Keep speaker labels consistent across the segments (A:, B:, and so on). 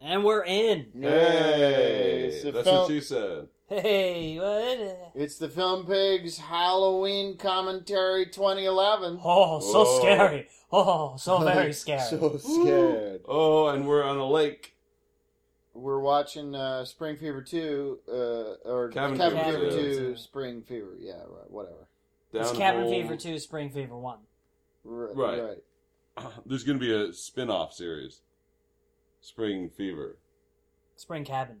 A: and we're in.
B: Hey,
C: It's the
B: that's
C: fel-
B: what you said.
A: Hey, what?
C: It's the Film Pigs Halloween Commentary 2011.
A: Oh, so
B: Whoa.
A: scary. Oh, so very scary.
C: So scared.
B: Oh, and we're on a lake.
C: We're watching uh, Spring Fever 2, uh, or
B: Cabin
C: Cabin,
A: Fever,
C: Fever
A: yeah.
C: 2, Spring Fever. Yeah, right, whatever.
B: Down
A: it's
B: a
A: Cabin
B: hole.
A: Fever 2, Spring Fever 1.
C: Right.
B: Right.
C: right.
B: There's going to be a spin off series Spring Fever.
A: Spring Cabin.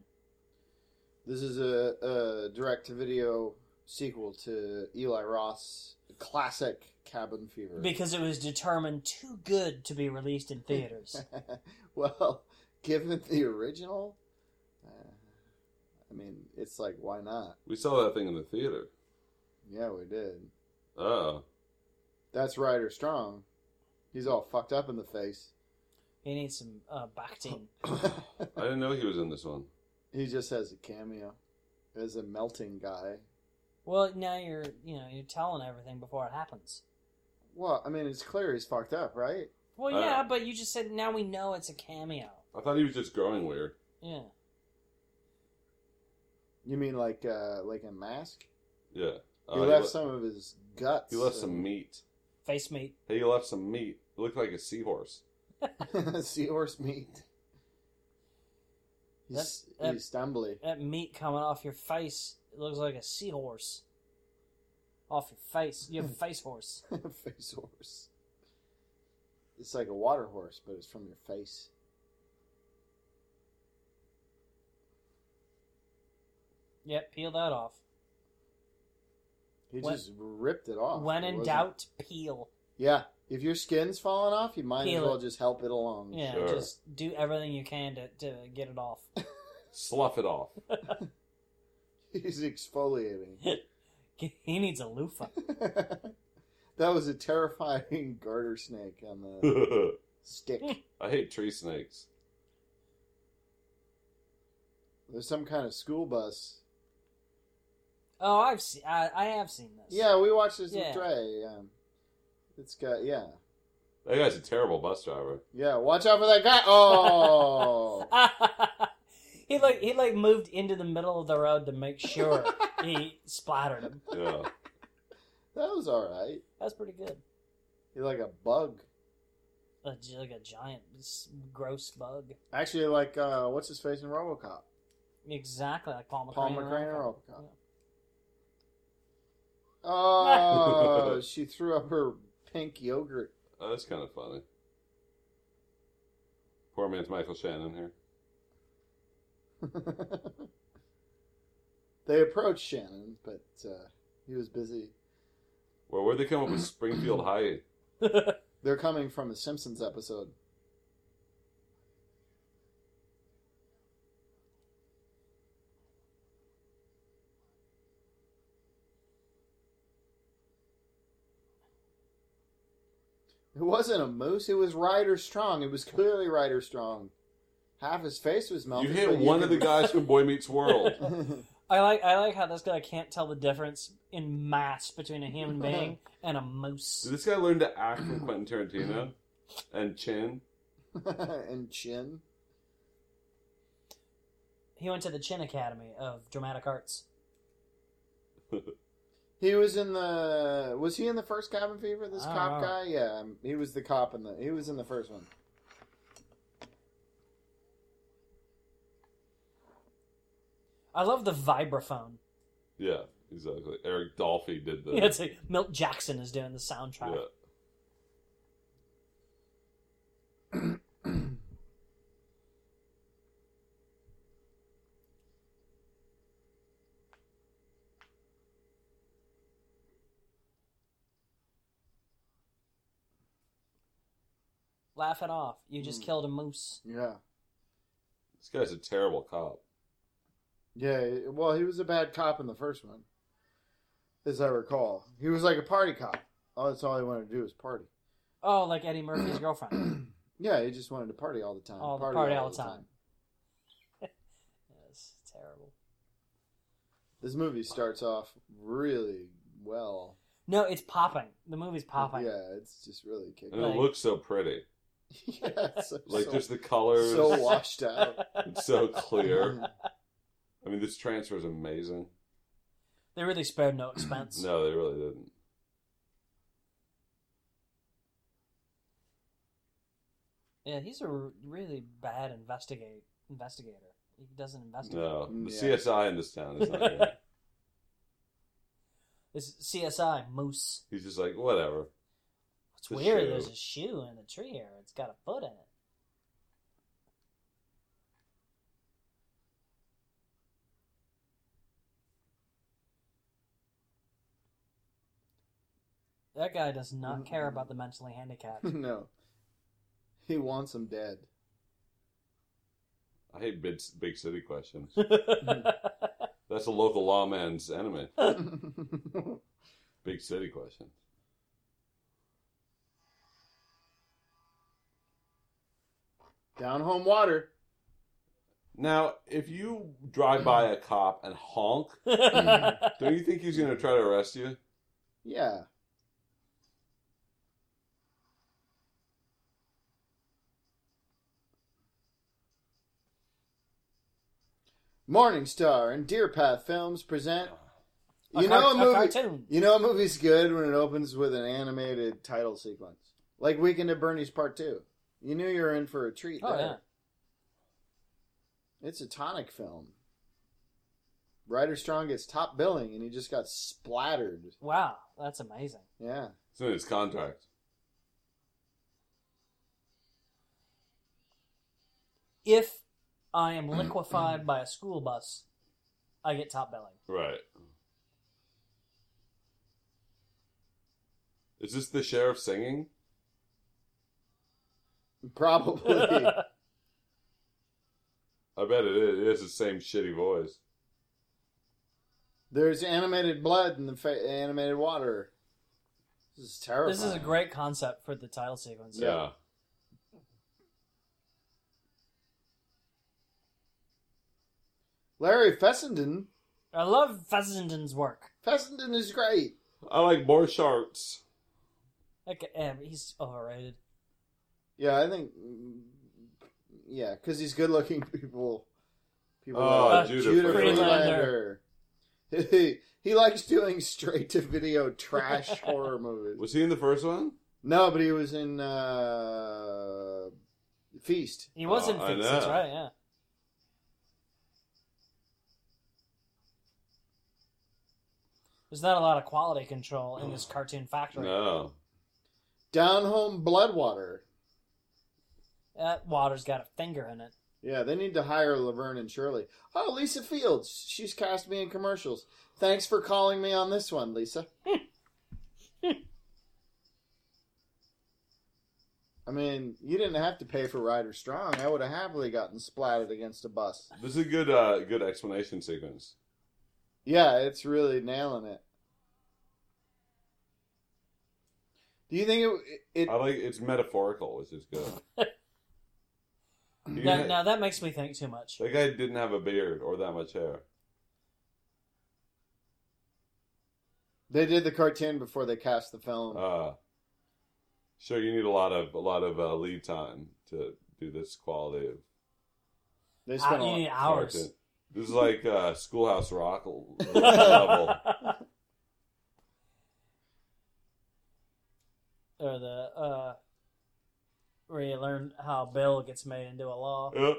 C: This is a, a direct to video sequel to Eli Roth's classic Cabin Fever.
A: Because it was determined too good to be released in theaters.
C: well, given the original, uh, I mean, it's like, why not?
B: We saw that thing in the theater.
C: Yeah, we did.
B: Oh.
C: That's Ryder Strong. He's all fucked up in the face.
A: he needs some uh, Bactine.
B: I didn't know he was in this one.
C: he just has a cameo as a melting guy.
A: Well, now you're, you know, you're telling everything before it happens.
C: Well, I mean, it's clear he's fucked up, right?
A: Well,
B: Uh,
A: yeah, but you just said now we know it's a cameo.
B: I thought he was just growing weird.
A: Yeah.
C: You mean like uh like a mask?
B: Yeah. Uh,
C: He left
B: le-
C: some of his guts.
B: he left
C: and-
B: some meat.
A: Face meat.
B: He left some meat. It looked like a seahorse.
C: seahorse meat. He's,
A: That- that-
C: he's stumbly.
A: That uh, meat coming off your face it looks like a seahorse. Off your face. You have a face horse.
C: face horse. It's like a water horse, but it's from your face.
A: Yep, peel that off.
C: He
A: When-
C: just ripped it off.
A: when
C: Oh, It
A: in
C: wasn't-
A: doubt, peel.
C: Yeah. If your skin's falling off, you might
A: Peel
C: as well
A: it.
C: just help it along.
A: Yeah,
B: Sure.
A: just do everything you can to, to get it off.
B: Slough it off.
C: He's exfoliating.
A: he needs a loofah.
C: that was a terrifying garter snake on the
B: I
C: stick.
B: hate tree snakes.
C: There's some kind of school bus.
A: Oh, I've seen. I, I have seen this.
C: Yeah, we watched this
A: Yeah.
C: with Dre. Um, it's got yeah,
B: That guy's a terrible bus driver.
C: yeah. Watch out for that guy. Oh,
A: he like he like moved into the middle of the road to make sure he splattered him.
B: Yeah.
C: that was all right.
A: That's pretty good.
C: You're like a bug.
A: A gi- like a giant, s- gross bug.
C: Actually, like uh, what's his face in RoboCop?
A: Exactly like Paul McCrane.
C: Paul
A: in
C: McCrane in
A: Robocop.
C: RoboCop. Oh, she threw up her pink yogurt.
B: Oh, that's kind of funny. Poor man's Michael Shannon here.
C: they approached Shannon, but uh, he was busy.
B: Well, where'd they come up with Springfield High?
A: Yeah.
C: They're coming from a Simpsons episode. It wasn't a moose. It was Ryder Strong. It was clearly Ryder Strong. Half his face was
B: You
C: melted.
B: hit
C: but
B: one of
C: could-
B: the guys from Boy Meets World.
A: I like I like how this guy can't tell the difference in mass between a human being and a moose.
B: Did this guy learn to act from Quentin Tarantino and Chin?
C: and chin.
A: He went to the Chin Academy of Dramatic Arts.
C: He was in the. Was he in the first Cabin Fever? This
A: I don't
C: cop
A: know.
C: guy. Yeah, um, he was the cop in the. He was in the first one.
A: I love the vibraphone.
B: Yeah, exactly. Eric Dolphy did the.
A: Yeah, it's like Milt Jackson is doing the soundtrack.
B: Yeah.
A: Laugh it off. You just
C: Mm.
A: killed a moose.
C: Yeah.
B: This guy's a terrible cop.
C: Yeah, well, he was a bad cop in the first one, as I recall. He was like a party cop. Oh, that's all he wanted to do was party.
A: Oh, like Eddie Murphy's girlfriend.
C: yeah, he just wanted to party all the time.
A: All the party all the time. That's terrible.
C: This movie starts off really well.
A: No, it's popping. The movie's popping.
C: Yeah, it's just really kicking.
B: And
A: Like-
B: it looks so pretty.
C: yes.
B: Like
C: so,
B: just the colors,
C: so washed out.
B: it's so clear. I mean, this transfer is amazing.
A: They really spared no expense.
B: No, they really didn't.
A: Yeah, he's a r- really bad investigate investigator. He doesn't investigate.
B: No, the
C: Yeah.
B: CSI in this town is not good.
A: It's CSI Moose.
B: He's just like whatever.
A: It's
B: The
A: weird.
B: shoe.
A: There's a shoe in the tree here. It's got a foot in it. That guy does not care about the mentally handicapped.
C: no. He wants them dead.
B: I hate big, big city questions.
A: Mm-hmm.
B: That's a local lawman's enemy. Big city questions.
C: Down home water.
B: Now, if you drive by a cop and honk, don't you think he's going to try to arrest you?
C: Yeah. Morning Star and Deer Path Films present.
A: A
C: You know
A: car-
C: a
A: a
C: movie.
A: cartoon.
C: You know a movie's good when it opens with an animated title sequence, like Weekend at Bernie's Part Two. You knew you were in for a treat.
A: Oh,
C: there. It's a tonic film. Ryder Strong gets top billing, and he just got splattered.
A: Wow, that's amazing.
C: Yeah.
B: It's in his contract.
A: If I am liquefied by a school bus, I get top billing.
B: Right. Is this the sheriff singing?
C: Probably.
B: I bet it is. It has the same shitty voice.
C: There's animated blood in the fa- animated water. This is terrifying.
A: This is a great concept for the title sequence.
B: Yeah.
C: Yeah. Larry Fessenden.
A: I love Fessenden's work.
C: Fessenden is great.
B: I like more sharks.
A: Like, eh, he's overrated.
C: Yeah, I think. mm, Yeah, because he's good-looking people. People.
B: Oh,
C: like
B: Judah
A: Friedlander.
C: Friedlander. he, he likes doing straight-to-video trash horror movies.
B: Was he in the first one?
C: No, but he was in uh, Feast.
A: He was
B: Oh,
A: in
B: I
A: Fix,
B: know.
A: that's right, yeah. There's not a lot of quality control in this cartoon factory.
B: No.
C: Down Home Bloodwater.
A: That water's got a finger in it.
C: Yeah, they need to hire Laverne and Shirley. Oh, Lisa Fields. She's cast me in commercials. Thanks for calling me on this one, Lisa. I mean, you didn't have to pay for Ryder Strong. I would have happily gotten splatted against a bus.
B: This is a good uh, good explanation sequence.
C: Yeah, it's really nailing it. Do you think it? it
B: I like it's metaphorical, which is good. You
A: That,
B: had-
A: now, that makes me think too much.
B: That guy didn't have a beard or that much hair.
C: they did the cartoon before they cast the film.
B: Uh, sure, you need a lot of a lot of uh, lead time to do this quality of
C: they
A: Ah,
C: spent a
A: you need
C: lot.
A: hours.
B: content. This is like uh, Schoolhouse Rock l- level.
A: or the uh where you learn how Bill gets made into a law.
B: Yep.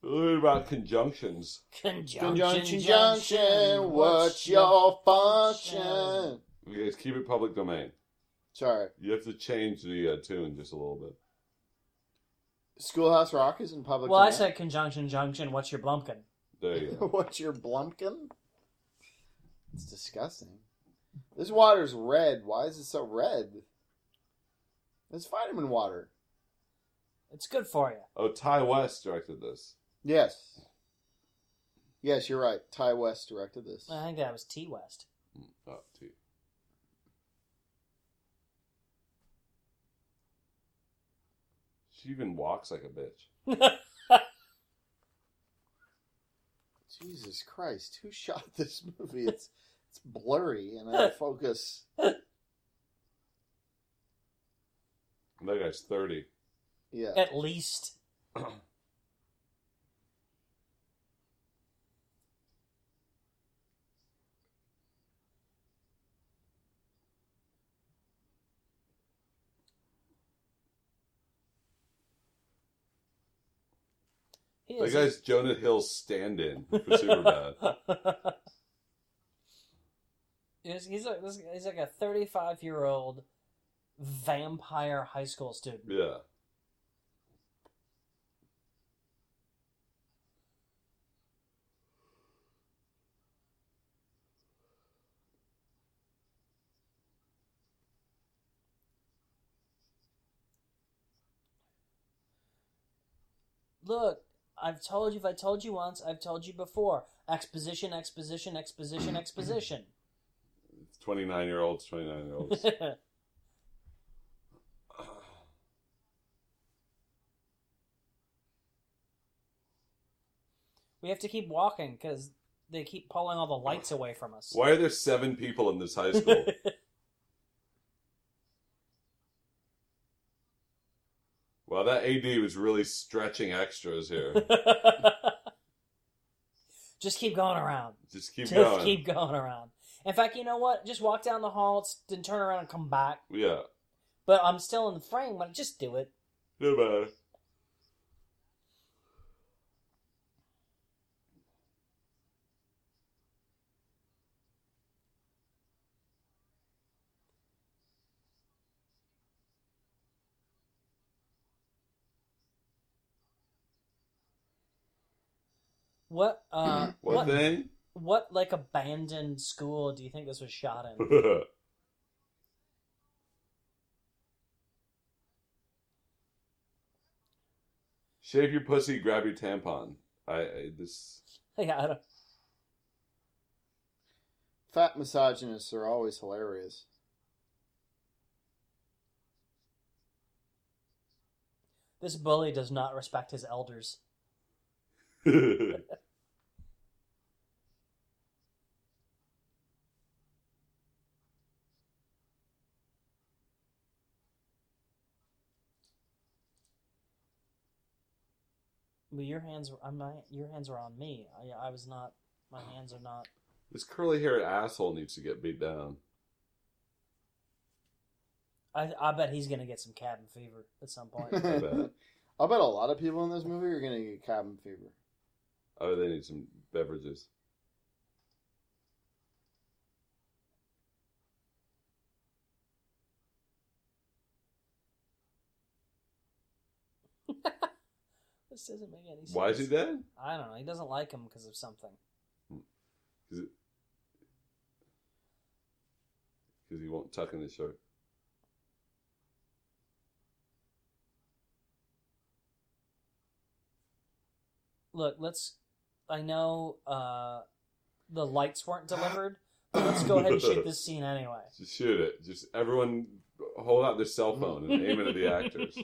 B: What about conjunctions?
A: Conjunction,
C: Conjunction junction. What's your function?
B: You guys keep it public domain.
C: Sorry.
B: You have to change the uh, tune just a little bit.
C: Schoolhouse Rock is in public.
A: Well, I
C: domain.
A: said conjunction junction. What's your blumpkin?
B: There you go.
C: What's your blumpkin? It's disgusting. This water's red. Why is it so red? It's vitamin water.
A: It's good for you.
B: Oh, Ty West directed this.
C: Yes. Yes, you're right. Ty West directed this.
A: I think that was T West.
B: Oh, gee. She even walks like a bitch.
C: Jesus Christ, who shot this movie? It's it's blurry and out of focus.
B: And That guy's 30.
C: Yeah.
A: At least. He
B: That
A: is-
B: guy's Jonah Hill's stand in for Superbad.
A: He's, he's, like, this- he's like a 35 year old vampire high school student.
B: yeah.
A: Look, I've told you, if I told you once, I've told you before. Exposition, exposition, exposition, exposition.
B: 29 year olds, 29 year olds.
A: we have to keep walking because they keep pulling all the lights away from us.
B: Why are there seven people in this high school? wow, that AD was really stretching extras here.
A: Just keep going around.
B: Just keep
A: Just
B: going.
A: keep going around. In fact, you know what? Just walk down the hall, s- then turn around and come back.
B: Yeah.
A: But I'm still in the frame, but just do it.
B: No matter.
A: What, uh,
B: Mm-hmm. What,
A: what,
B: thing?
A: what, like, abandoned school do you think this was shot in?
B: Shave your pussy, grab your tampon. I, I this
A: yeah, I don't,
C: Fat misogynists are always hilarious.
A: this bully does not respect his elders. Well, your hands. were- I'm not. Your hands were on me. I, I was not. My hands are not.
B: this curly haired asshole needs to get beat down.
A: I. I bet he's gonna get some cabin fever at some point.
B: I bet.
C: I bet a lot of people in this movie are gonna get cabin fever.
B: Oh, they need some beverages.
A: this doesn't make any sense.
B: Why is he dead?
A: I don't know. He doesn't like him because of something.
B: Because he won't tuck in his shirt.
A: Look, let's. I know. Uh, the lights weren't delivered, but let's go ahead and shoot this scene anyway.
B: Just shoot it. Just everyone hold out their cell phone and aim it at the actors.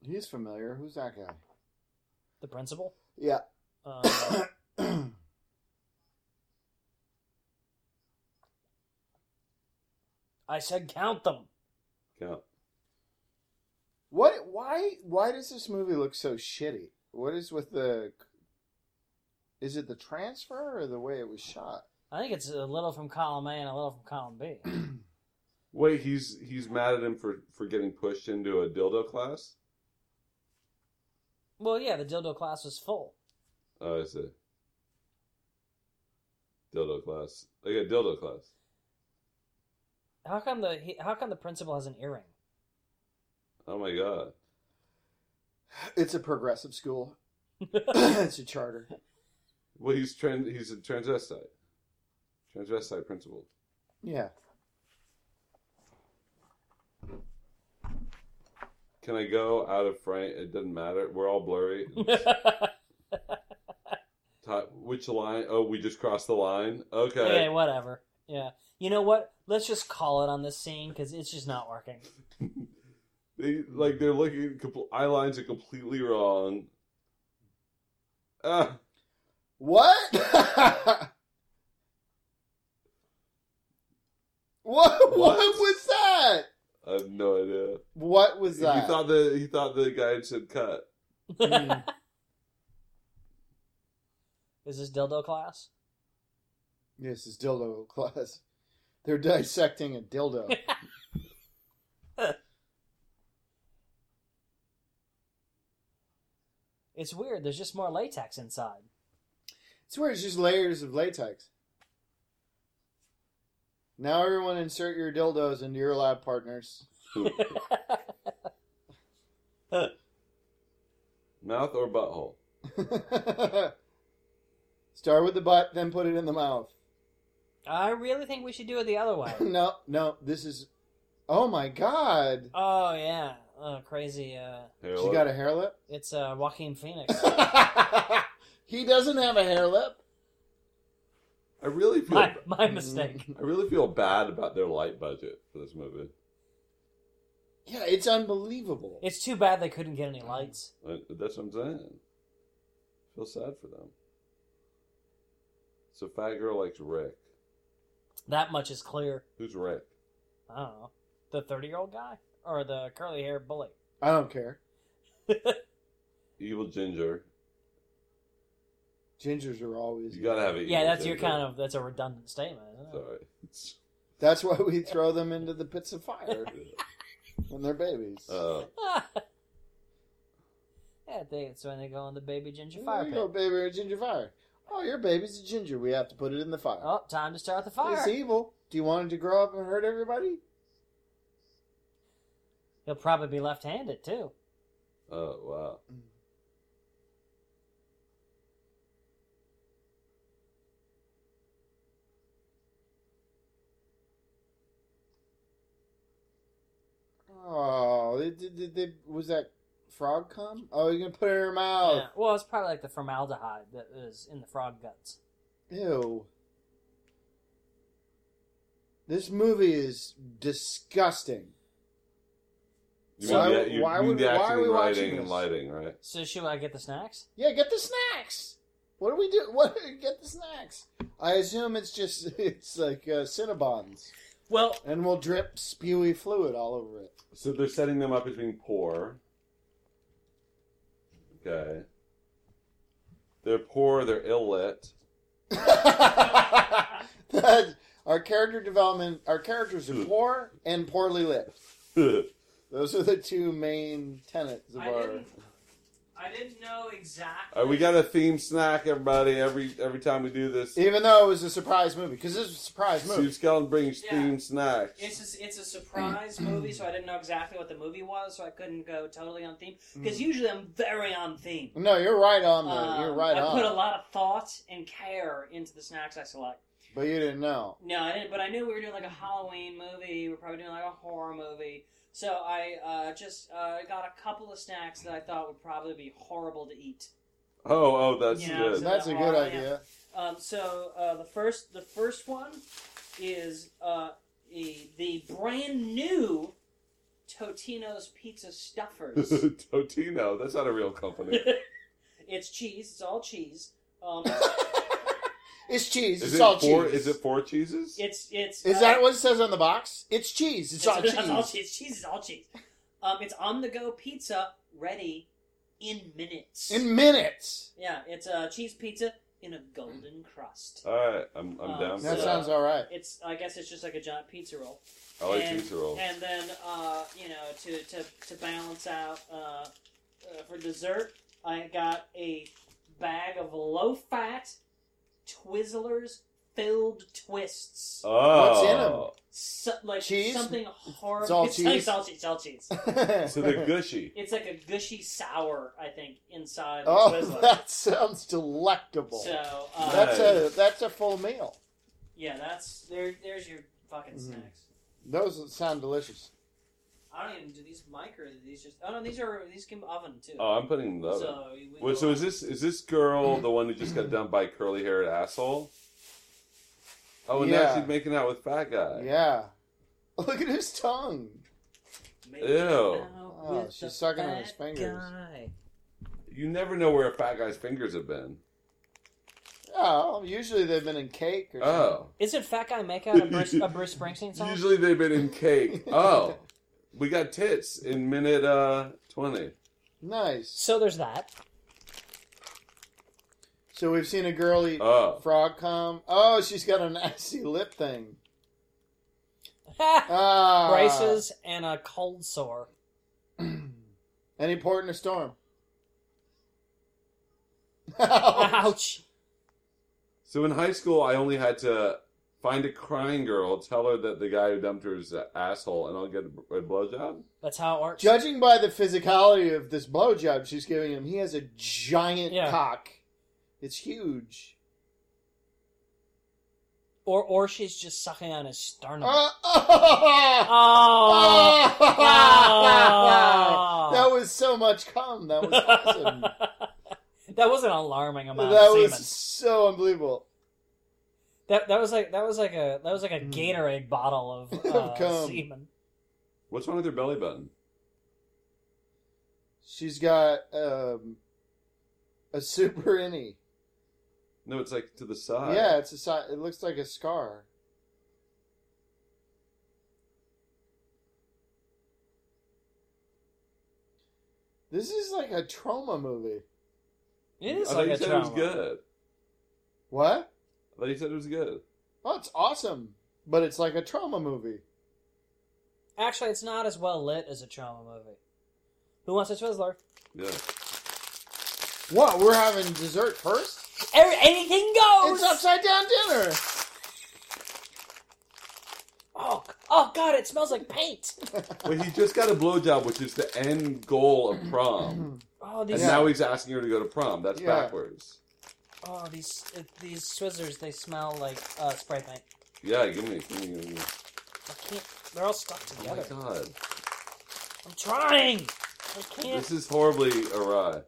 C: He's familiar. Who's that guy?
A: The principal.
C: Yeah.
A: Uh, I said count them.
B: Count.
C: what? Why? Why does this movie look so shitty? What is with the? Is it the transfer or the way it was shot?
A: I think it's a little from column A and a little from column B.
B: Wait, he's he's mad at him for for getting pushed into a dildo class.
A: Well, yeah, the dildo class was full.
B: Oh, I see. Dildo class. They got dildo class.
A: How come the he, how come the principal has an earring?
B: Oh my god.
C: It's a progressive school. it's a charter.
B: Well, he's trans. He's a transvestite. Transvestite principal.
C: Yeah.
B: Can I go out of frame? It doesn't matter. We're all blurry. Ti- Which line? Oh, we just crossed the line.
A: okay,
B: Okay.
A: whatever. Yeah, you know what? Let's just call it on this scene because it's just not working.
B: They, like they're looking. Compl- eye lines are completely wrong. Ah,
C: What? What? What,
B: What?
C: was that?
B: I have no idea.
C: What was that?
B: He thought the he thought the guy had said cut.
C: Mm.
A: Is this dildo class?
C: Yes, it's dildo class. They're dissecting a dildo.
A: It's weird. There's just more latex inside.
C: it's where it's just layers of latex. Now everyone insert your dildos into your lab partners.
B: Mouth or butthole?
C: Start with the butt, then put it in the mouth.
A: I really think we should do it the other way.
C: no, no, this is. Oh my god!
A: Oh yeah, oh, crazy. Uh,
B: Hair
C: She
B: lip?
C: got a hair lip.
A: it's uh, Joaquin Phoenix.
C: he doesn't have a hair lip.
B: I really feel
A: my,
C: Mm.
A: my mistake.
B: I really feel bad about their light budget for this movie.
C: Yeah, it's unbelievable.
A: It's too bad they couldn't get any lights.
B: Uh, That's what I'm saying. I feel sad for them. So fat girl likes Rick.
A: That much is clear.
B: Who's Rick?
A: I don't know. The thirty-year-old guy or the curly-haired bully.
C: I don't care.
B: Evil Ginger.
C: Gingers are always.
B: You gotta have it.
A: Yeah, that's your kind of. That's a redundant statement. Isn't it?
B: Sorry. It's-
C: That's why we throw them into the pits of fire when they're babies.
B: Uh,
A: yeah, they, it's when they go on the baby ginger
C: There
A: fire
C: you
A: pit.
C: go, baby, a ginger fire. Oh, your baby's a ginger. We have to put it in the fire.
A: Oh, time to start the fire.
C: It's evil. Do you want it to grow up and hurt everybody?
A: He'll probably be left-handed too.
B: oh wow.
A: Mm.
C: Oh, they, did did they, was that frog cum? Oh, you're gonna put it in her mouth.
A: Yeah. Well, it's probably like the formaldehyde that is in the frog guts.
C: Ew. This movie is disgusting.
B: You
C: Why-
B: mean the, you
C: why
B: mean
C: would-
B: the
C: why are
B: acting,
C: we
B: and
C: watching
B: writing,
C: this?
B: and lighting, right?
A: So should I get the snacks?
C: Yeah, get the snacks. What do we do? What get the snacks? I assume it's just it's like uh, Cinnabons,
A: Well,
C: and we'll drip spewy fluid all over it.
B: So they're setting them up as being poor. Okay. They're poor. They're ill lit.
C: That- our character development, our characters are poor and poorly lit. Those are the two main tenets of our.
A: I didn't know exactly.
B: Uh, we got a theme snack, everybody. Every every time we do this,
C: Even though it was a surprise movie, because this was a surprise
B: Steve
C: movie.
B: Skellin brings
A: Yeah.
B: theme snacks.
A: It's a, it's a surprise movie, so I didn't know exactly what the movie was, so I couldn't go totally on theme. Because usually I'm very on theme.
C: No, you're right on there.
A: Um,
C: you're right
A: I
C: on.
A: put a lot of thought and care into the snacks I select.
C: But you didn't know.
A: No, I didn't, but I knew we were doing like a Halloween movie. We were probably doing like a horror movie. So I uh, just uh, got a couple of snacks that I thought would probably be horrible to eat.
B: Oh, oh, that's
A: Yeah,
B: good.
A: so-
C: That's a good
A: Oh, yeah.
C: idea.
A: Um, so uh, the first the first one is uh, the, the brand new Totino's Pizza Stuffers.
B: Totino, that's not a real company.
A: it's cheese. It's all cheese. Um,
C: It's cheese.
B: Is
C: it's
B: it
C: all
B: four?
C: cheese.
B: Is it four cheeses?
A: it's it's
C: Is
A: uh,
C: that what it says on the box? It's cheese. It's, all cheese.
A: It's all cheese. Cheese is all cheese. Um, it's on the go pizza ready in minutes.
C: In minutes.
A: yeah, it's a cheese pizza in a golden crust.
B: All right, I'm I'm
A: Uh,
B: down for
C: That
B: that.
C: sounds all right.
A: It's I guess it's just like a giant pizza roll.
B: I like
A: and-
B: cheese rolls.
A: And then uh, you know to to, to balance out uh, uh, for dessert, I got a bag of low fat Twizzlers filled twists.
B: Oh,
A: So, like
C: Cheese?
A: something horrible.
C: It's all
A: Like,
C: cheese?
A: it's all cheese. It's all cheese.
B: so they're gushy.
A: It's like a gushy sour, I think, inside the
C: Oh,
A: Twizzler.
C: that sounds delectable.
A: So uh,
C: That's a that's a full meal.
A: yeah, that's there. There's your fucking
C: Mhm.
A: snacks.
C: Those sound delicious.
A: I don't even do these mic or these just. Oh no, these are these can oven too.
B: Oh, I'm putting them. So,
A: so we
B: Wait,
A: go
B: so is this is this girl the one who just got done by curly haired asshole? Oh, and now
C: Yeah.
B: she's making out with fat guy.
C: Yeah. Look at his tongue.
A: making
B: Ew.
A: out
C: Oh,
A: with
C: she's
A: the
C: sucking on his
A: fat
C: fingers.
A: guy.
B: You never know where a fat guy's fingers have been.
C: Oh, usually they've been in cake or something.
B: Oh.
A: Isn't Fat Guy Makeout a Bruce, a Bruce Springsteen song?
B: Usually they've been in cake. Oh. We got tits in minute uh 20.
C: Nice.
A: So there's that.
C: So we've seen a girl eat
B: Oh.
C: frog cum. Oh, she's got a nasty lip thing.
A: Ha!
C: Ah.
A: Braces and a cold sore.
C: Any port in a storm.
A: Ouch.
B: So in high school, I only had to find a crying girl, tell her that the guy who dumped her is an asshole, and I'll get a blowjob.
A: That's how it works.
C: Judging by the physicality of this blowjob she's giving him, he has a giant
A: Yeah.
C: cock. It's huge.
A: Or or she's just sucking on his sternum.
C: Ah, ah, ah,
A: oh.
C: ah, ah, ah, ah. That was so much cum. That was awesome.
A: That was an alarming amount
C: that
A: of semen.
C: was so unbelievable.
A: That that was like that was like a that was like a
B: Hmm.
C: Mm.
A: Gatorade bottle of,
C: Of
A: uh,
C: cum.
A: semen.
B: What's wrong with her belly button?
C: She's got um, a super innie.
B: No, it's like to the side.
C: yeah, it's a si- it looks like a scar. This is like a trauma movie.
A: It is
B: I thought
A: like
B: you
A: a
B: said it
A: trauma.
B: was good.
C: What?
B: I thought you said it was good.
C: Oh, it's awesome, but it's like a trauma movie.
A: Actually, it's not as well lit as a trauma movie. Who wants a Twizzler?
B: Yeah.
C: What? We're having dessert first?
A: Every, anything goes.
C: It's upside down dinner.
A: oh, oh God! It smells like paint.
B: Wait, he just got a blowjob, which is the end goal of prom.
A: Oh,
B: And
A: these
C: Yeah.
B: now he's asking her to go to prom. That's
C: Yeah.
B: backwards.
A: oh these uh, these Swizzlers. They smell like uh, spray paint.
B: Yeah, give me, give me, give me.
A: I can't. They're all stuck
B: Oh my
A: together.
B: god.
A: I'm trying. I can't.
B: This is horribly awry.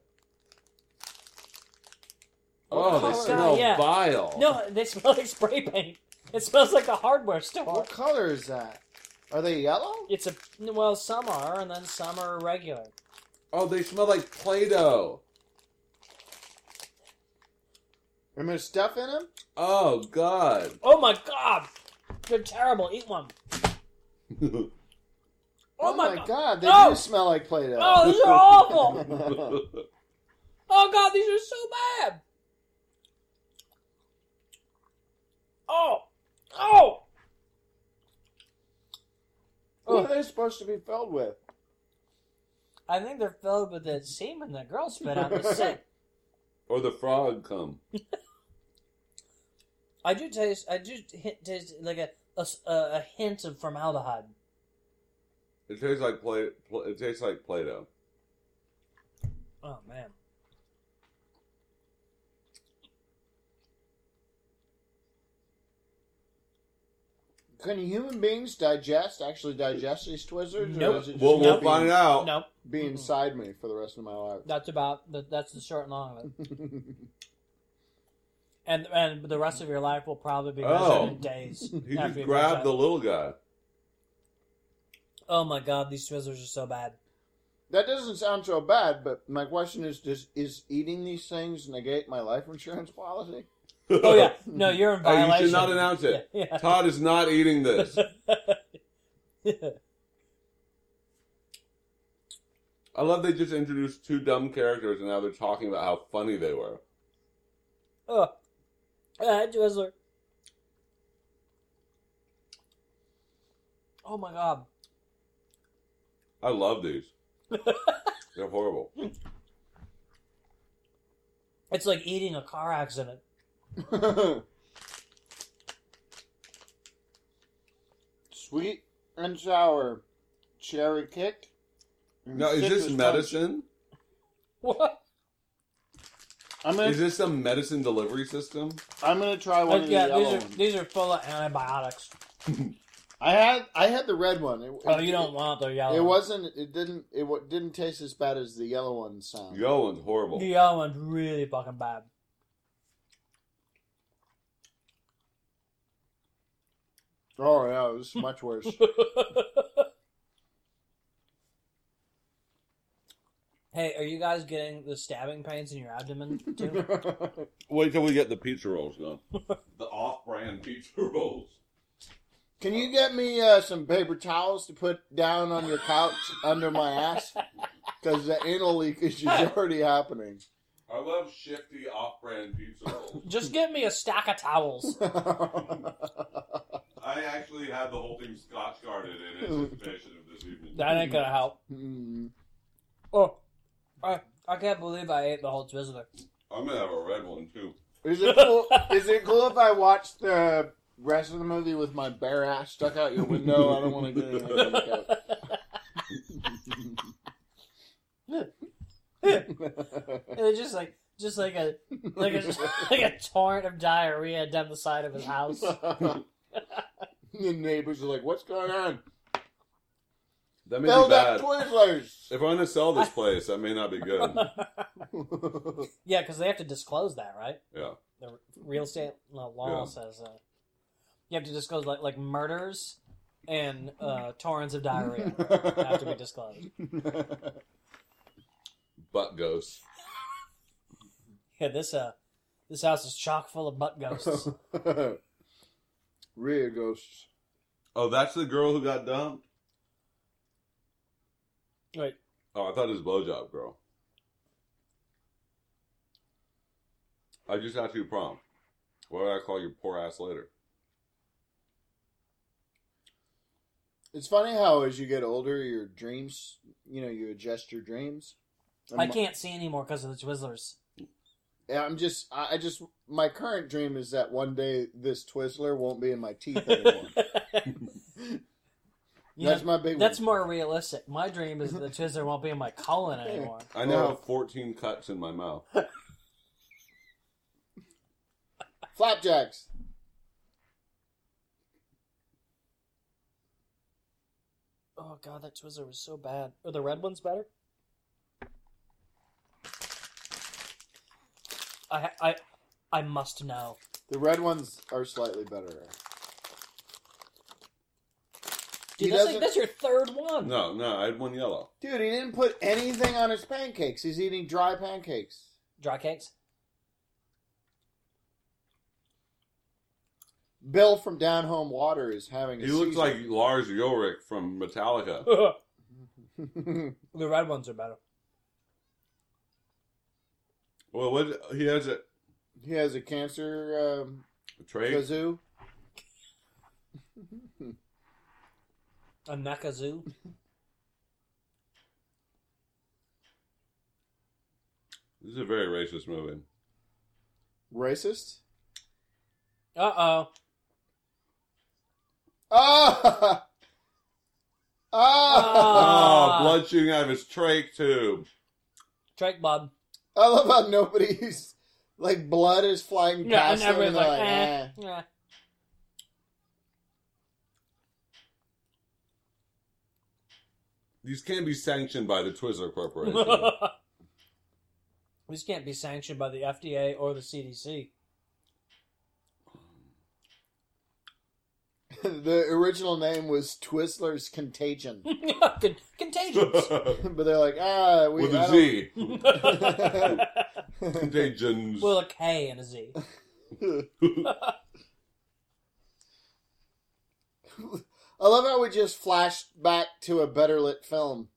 B: Oh,
A: color?
B: they smell
A: Yeah.
B: vile.
A: No, they smell like spray paint. It smells like a hardware store.
C: What color is that? Are they yellow?
A: It's a well, some are, and then some are irregular.
B: Oh, they smell like Play-Doh.
C: Am there stuff in them?
B: Oh God.
A: Oh my god, they're terrible. Eat one. Oh, my, god.
C: god, they
A: No!
C: do smell like Play-Doh.
A: Oh, these are awful.
B: Wait,
A: Oh god, these are so bad. Oh, oh.
C: What are they supposed to be filled with?
A: I think they're filled with the semen that girl spit out the sink.
B: or the frog come.
A: I do taste. I do hint, taste like a, a s- a- a hint of formaldehyde.
B: It tastes like play. Pl- it tastes like Play-Doh.
A: Oh man.
C: Can human beings digest, actually digest these Twizzlers? Or
A: Nope.
C: is it just
B: Well, we'll
A: Nope.
C: be,
B: find out.
A: No,
C: be inside me for the rest of my life?
A: that's about that, that's the short and long of it. And and the rest of your life will probably be measured
B: Oh.
A: in days.
B: He
A: after
B: just
A: you
B: grabbed the
A: finish
B: little guy.
A: that. Oh my god, these Twizzlers are so bad.
C: that doesn't sound so bad, but my question is, does is eating these things negate my life insurance policy?
A: Oh yeah, no, you're in
B: Oh, you
A: violation.
B: should not announce it.
A: Yeah, yeah.
B: Todd is not eating this. I love they just introduced two dumb characters and now they're talking about how funny they were.
A: oh, uh, Twizzler. Oh my god.
B: I love these. They're horrible.
A: It's like eating a car accident.
C: Sweet and sour, cherry kick. and
B: Now, is this
C: citrus
B: medicine?
A: What?
C: punch. I'm gonna,
B: Is this some medicine delivery system?
C: I'm gonna try one of
A: Oh, yeah,
C: the yellow
A: these are
C: ones.
A: these are full of antibiotics.
C: I had I had the red one. It,
A: Oh, you don't want the yellow.
C: It
A: one.
C: wasn't. It didn't. It wa didn't taste as bad as the yellow one sound.
B: Yo, one's horrible.
A: The yellow one's really fucking bad.
C: Oh yeah, it was much worse.
A: Hey, are you guys getting the stabbing pains in your abdomen too?
B: Wait till we get the pizza rolls going. the off-brand pizza rolls.
C: Can you get me uh, some paper towels to put down on your couch under my ass? Because the anal leakage is already happening.
B: I love shifty off-brand pizza rolls.
A: Just give me a stack of towels.
C: Hmm.
B: I actually had the whole thing scotch guarded in anticipation of this evening.
A: That ain't gonna help.
C: Mm.
A: Oh, I I can't believe I ate the whole Twizzler.
B: I'm gonna have a red one too.
C: is it cool? Is it cool if I watch the rest of the movie with my bare ass stuck out your window? I don't want to get anything on the couch.
A: And it's just like just like a like a like a torrent of diarrhea down the side of his house.
C: the neighbors are like, "What's going on?"
B: That may be
C: Build up
B: bad.
C: Twizzlers.
B: If I'm gonna sell this place, that may not be good.
A: Yeah, because they have to disclose that, right?
B: Yeah.
A: The real estate law law
B: Yeah.
A: says that you have to disclose like like murders and uh, torrents of diarrhea have to be disclosed.
B: Butt ghosts.
A: Yeah, this uh, this house is chock full of butt ghosts.
C: Real ghosts.
B: Oh, that's the girl who got dumped.
A: Wait,
B: Oh, I thought it was blowjob girl. I just asked you prom. What would I call your poor ass later?
C: It's funny how as you get older, your dreams, you know, you adjust your dreams.
A: I can't see anymore because of the Twizzlers.
C: Yeah, I'm just, I I just, my current dream is that one day this Twizzler won't be in my teeth anymore.
A: You
C: that's
A: know,
C: my big.
A: that's
C: one.
A: more realistic. My dream is that the Twizzler won't be in my colon anymore.
B: I now
C: Oh.
B: have 14 cuts in my mouth.
C: flapjacks.
A: Oh god, that Twizzler was so bad. Are the red ones better? I I I must know.
C: The red ones are slightly better.
A: Dude,
C: He
A: that's
C: doesn't-
A: like that's your third one.
B: No, no, I had one yellow.
C: Dude, he didn't put anything on his pancakes. He's eating dry pancakes.
A: Dry cakes.
C: Bill from Down Home Water is having. A
B: He looks like
C: seizure.
B: Lars Ulrich from Metallica.
A: the red ones are better.
B: Well, what he has a
C: he has a cancer um,
B: trade.
C: kazoo.
A: A Nakazoo.
B: This is a very racist movie.
C: Racist.
A: Uh oh.
C: Ah! Ah!
B: Oh,
A: Ah.
B: blood shooting out of his trach tube.
A: Drake Bob.
C: I love how nobody's like blood is flying
A: Yeah, and
C: past them and
A: everyone's
C: they're
A: like,
C: like,
A: eh.
C: eh.
A: Yeah.
B: These can't be sanctioned by the Twizzler Corporation.
A: These can't be sanctioned by the FDA or the CDC.
C: "Ah." The original name was Twizzlers Contagion,
A: Con- contagious.
C: but they're like, ah, we
B: With a
C: I
B: Z.
A: With
C: don't-
B: Contagions.
A: a K and a Z.
C: I love how we just flashed back to a better lit film.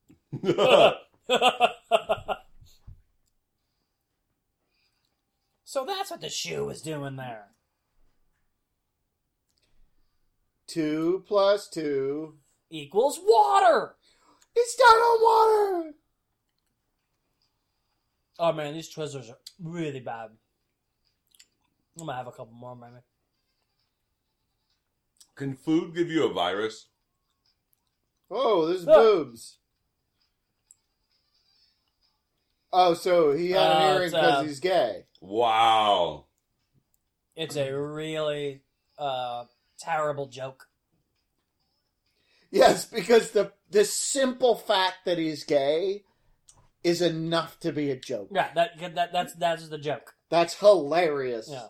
A: so that's what the shoe was doing there.
C: Two plus two.
A: Equals water.
C: It's down on water.
A: Oh man, these Twizzlers are really bad. I'm gonna have a couple more, maybe.
B: Can food give you a virus?
C: Oh, there's
A: Look.
C: boobs. Oh, so he had
A: Oh,
C: an earring
A: it's,
C: because
A: uh,
C: he's gay.
B: Wow.
A: It's a really uh, terrible joke.
C: Yes, because the the simple fact that he's gay is enough to be a joke.
A: Yeah, that, that that's that's the joke.
C: That's hilarious.
A: Yeah.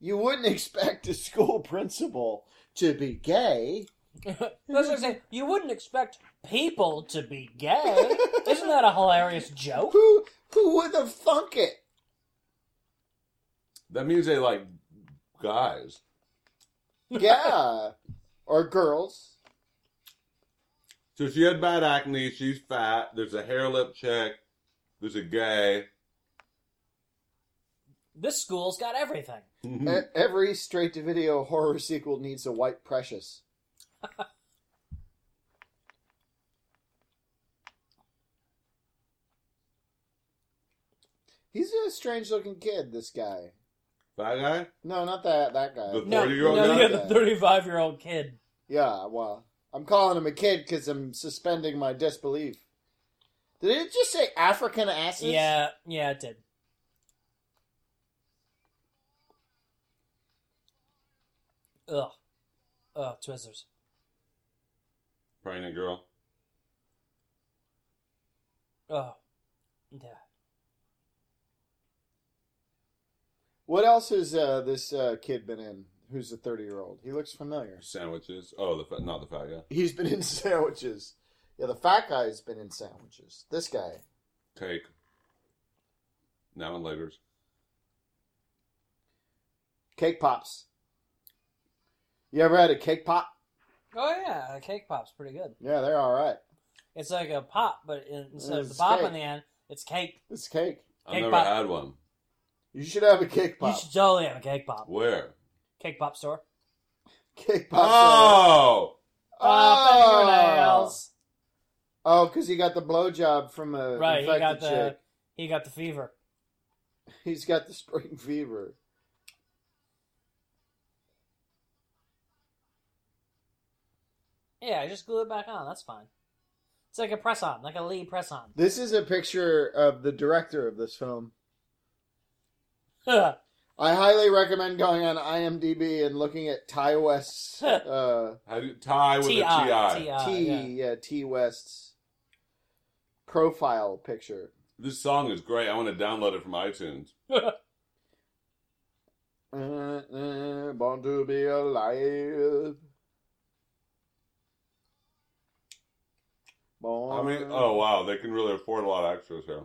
C: You wouldn't expect a school principal to be gay.
A: That's like saying you wouldn't expect people to be gay. Isn't that a hilarious joke?
C: who who would have thunk it?
B: That means they like guys.
C: Yeah, or girls.
B: So she had bad acne. She's fat. There's a hair lip check. There's a gay.
A: This school's got everything.
B: Hmm.
C: E- every straight to video horror sequel needs a white precious. He's a strange looking kid, this guy.
B: Fat guy.
C: No, not that that guy.
B: The
A: No,
B: 40-year-old
A: no,
B: guy?
A: you got the thirty-five-year-old kid.
C: Yeah, well, I'm calling him a kid because I'm suspending my disbelief. Did it just say African asses?
A: Yeah, yeah, it did. Ugh, ugh, Twizzlers.
B: Pregnant girl.
A: Ugh, yeah.
C: What else has uh, this uh, kid been in? Who's a 30 year old? He looks familiar.
B: Sandwiches. Oh, the fat, not the fat guy.
C: He's been in sandwiches. Yeah, the fat guy's been in sandwiches. This guy.
B: Cake. Now and later's.
C: Cake pops. You ever had a cake pop?
A: Oh yeah, a cake pop's pretty good.
C: Yeah, they're all right.
A: It's like a pop, but in- instead of the
C: It's
A: pop
C: cake.
A: in the end, it's cake.
C: It's cake.
B: I've
A: Cake
B: never
A: pop.
B: had one.
C: You should have a cake
A: You
C: pop.
A: should totally have a cake pop.
B: Where?
A: Cake pop store.
C: Cake pop.
B: Oh,
A: Oh, fingernails.
C: Oh, because he got the blowjob from a
A: Right, he
C: infected
A: got the
C: chick.
A: he got the fever.
C: He's got the spring fever.
A: Yeah, just glue it back on. That's fine. It's like a press on, like a Lee press on.
C: This is a picture of the director of this film. I highly recommend going on IMDb and looking at Ty West's uh,
B: How do you, tie with a
A: T.I.,
B: ti.
A: T.I.,
C: T
A: Uh, yeah.
C: yeah. T West's profile picture.
B: This song is great. I want to download it from iTunes.
C: Uh, uh, born to be alive. Born.
B: I mean, oh wow, they can really afford a lot of extras here.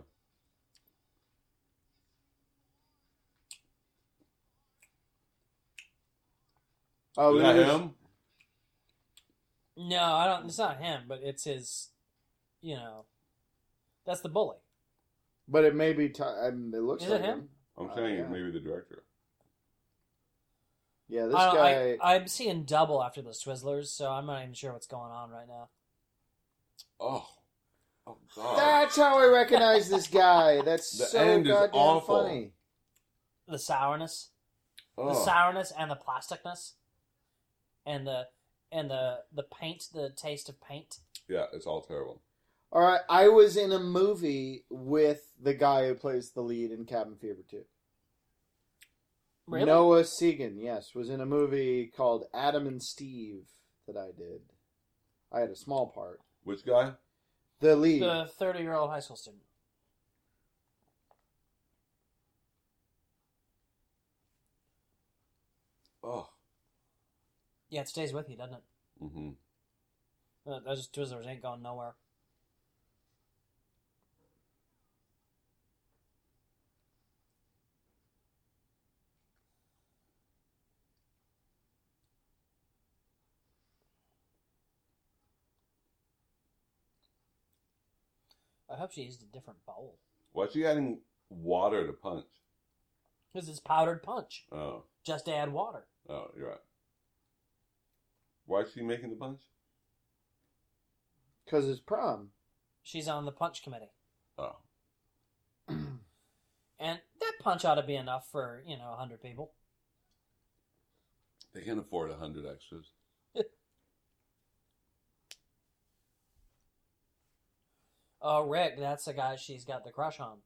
C: oh,
B: is that
C: it is-
B: him?
A: No, I don't. It's not him, but it's his. You know, that's the bully.
C: But it may be. Ty- I mean, it looks
A: Is it
C: like
A: him?
B: I'm
C: Oh,
B: saying
C: yeah.
B: maybe the director.
C: Yeah, this
A: I don't,
C: guy.
A: I, I'm seeing double after those Twizzlers, so I'm not even sure what's going on right now.
B: Oh, oh god.
C: That's how I recognize this guy. That's
B: The
C: so
B: end is
C: goddamn
B: awful.
C: funny.
A: The sourness, the
B: oh.
A: sourness, and the plasticness, and the and the the paint, the taste of paint.
B: Yeah, it's all terrible.
C: All right, I was in a movie with the guy who plays the lead in Cabin Fever 2.
A: Really?
C: Noah Segan, yes, was in a movie called Adam and Steve that I did. I had a small part.
B: Which guy?
C: The lead.
A: the thirty-year-old high school student.
B: Oh.
A: Yeah, it stays with you, doesn't it?
B: hmm
A: Uh, Those Twizzlers ain't going nowhere. I hope she used a different bowl.
B: Why's she adding water to punch?
A: Because it's powdered punch.
B: Oh,
A: Just add water.
B: oh, you're right. Why is she making the punch?
C: Because it's prom.
A: She's on the punch committee.
B: Oh,
A: And that punch ought to be enough for, you know, 100 people.
B: they can't afford a hundred extras.
A: Oh, Rick, that's the guy she's got the crush on.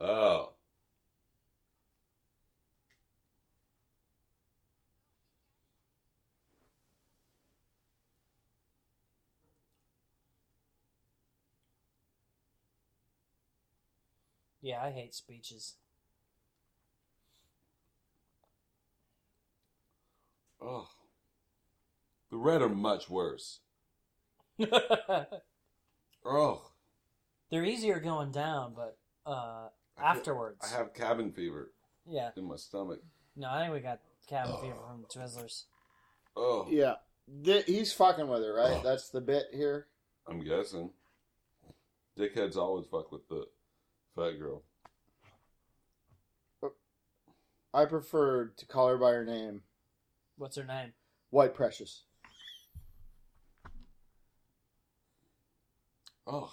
B: Oh,
A: Yeah, I hate speeches.
B: oh. The red are much worse. Oh,
A: They're easier going down, but uh,
B: I feel-
A: afterwards.
B: I have cabin fever
A: yeah.
B: in my stomach.
A: No, I think we got cabin
B: Ugh.
A: fever from the Twizzlers.
B: Oh,
C: Yeah. Th- he's fucking with her, right?
B: Oh.
C: That's the bit here.
B: I'm guessing. Dickheads always fuck with the fat girl.
C: I prefer to call her by her name,
A: What's her name?
C: White Precious.
B: Oh,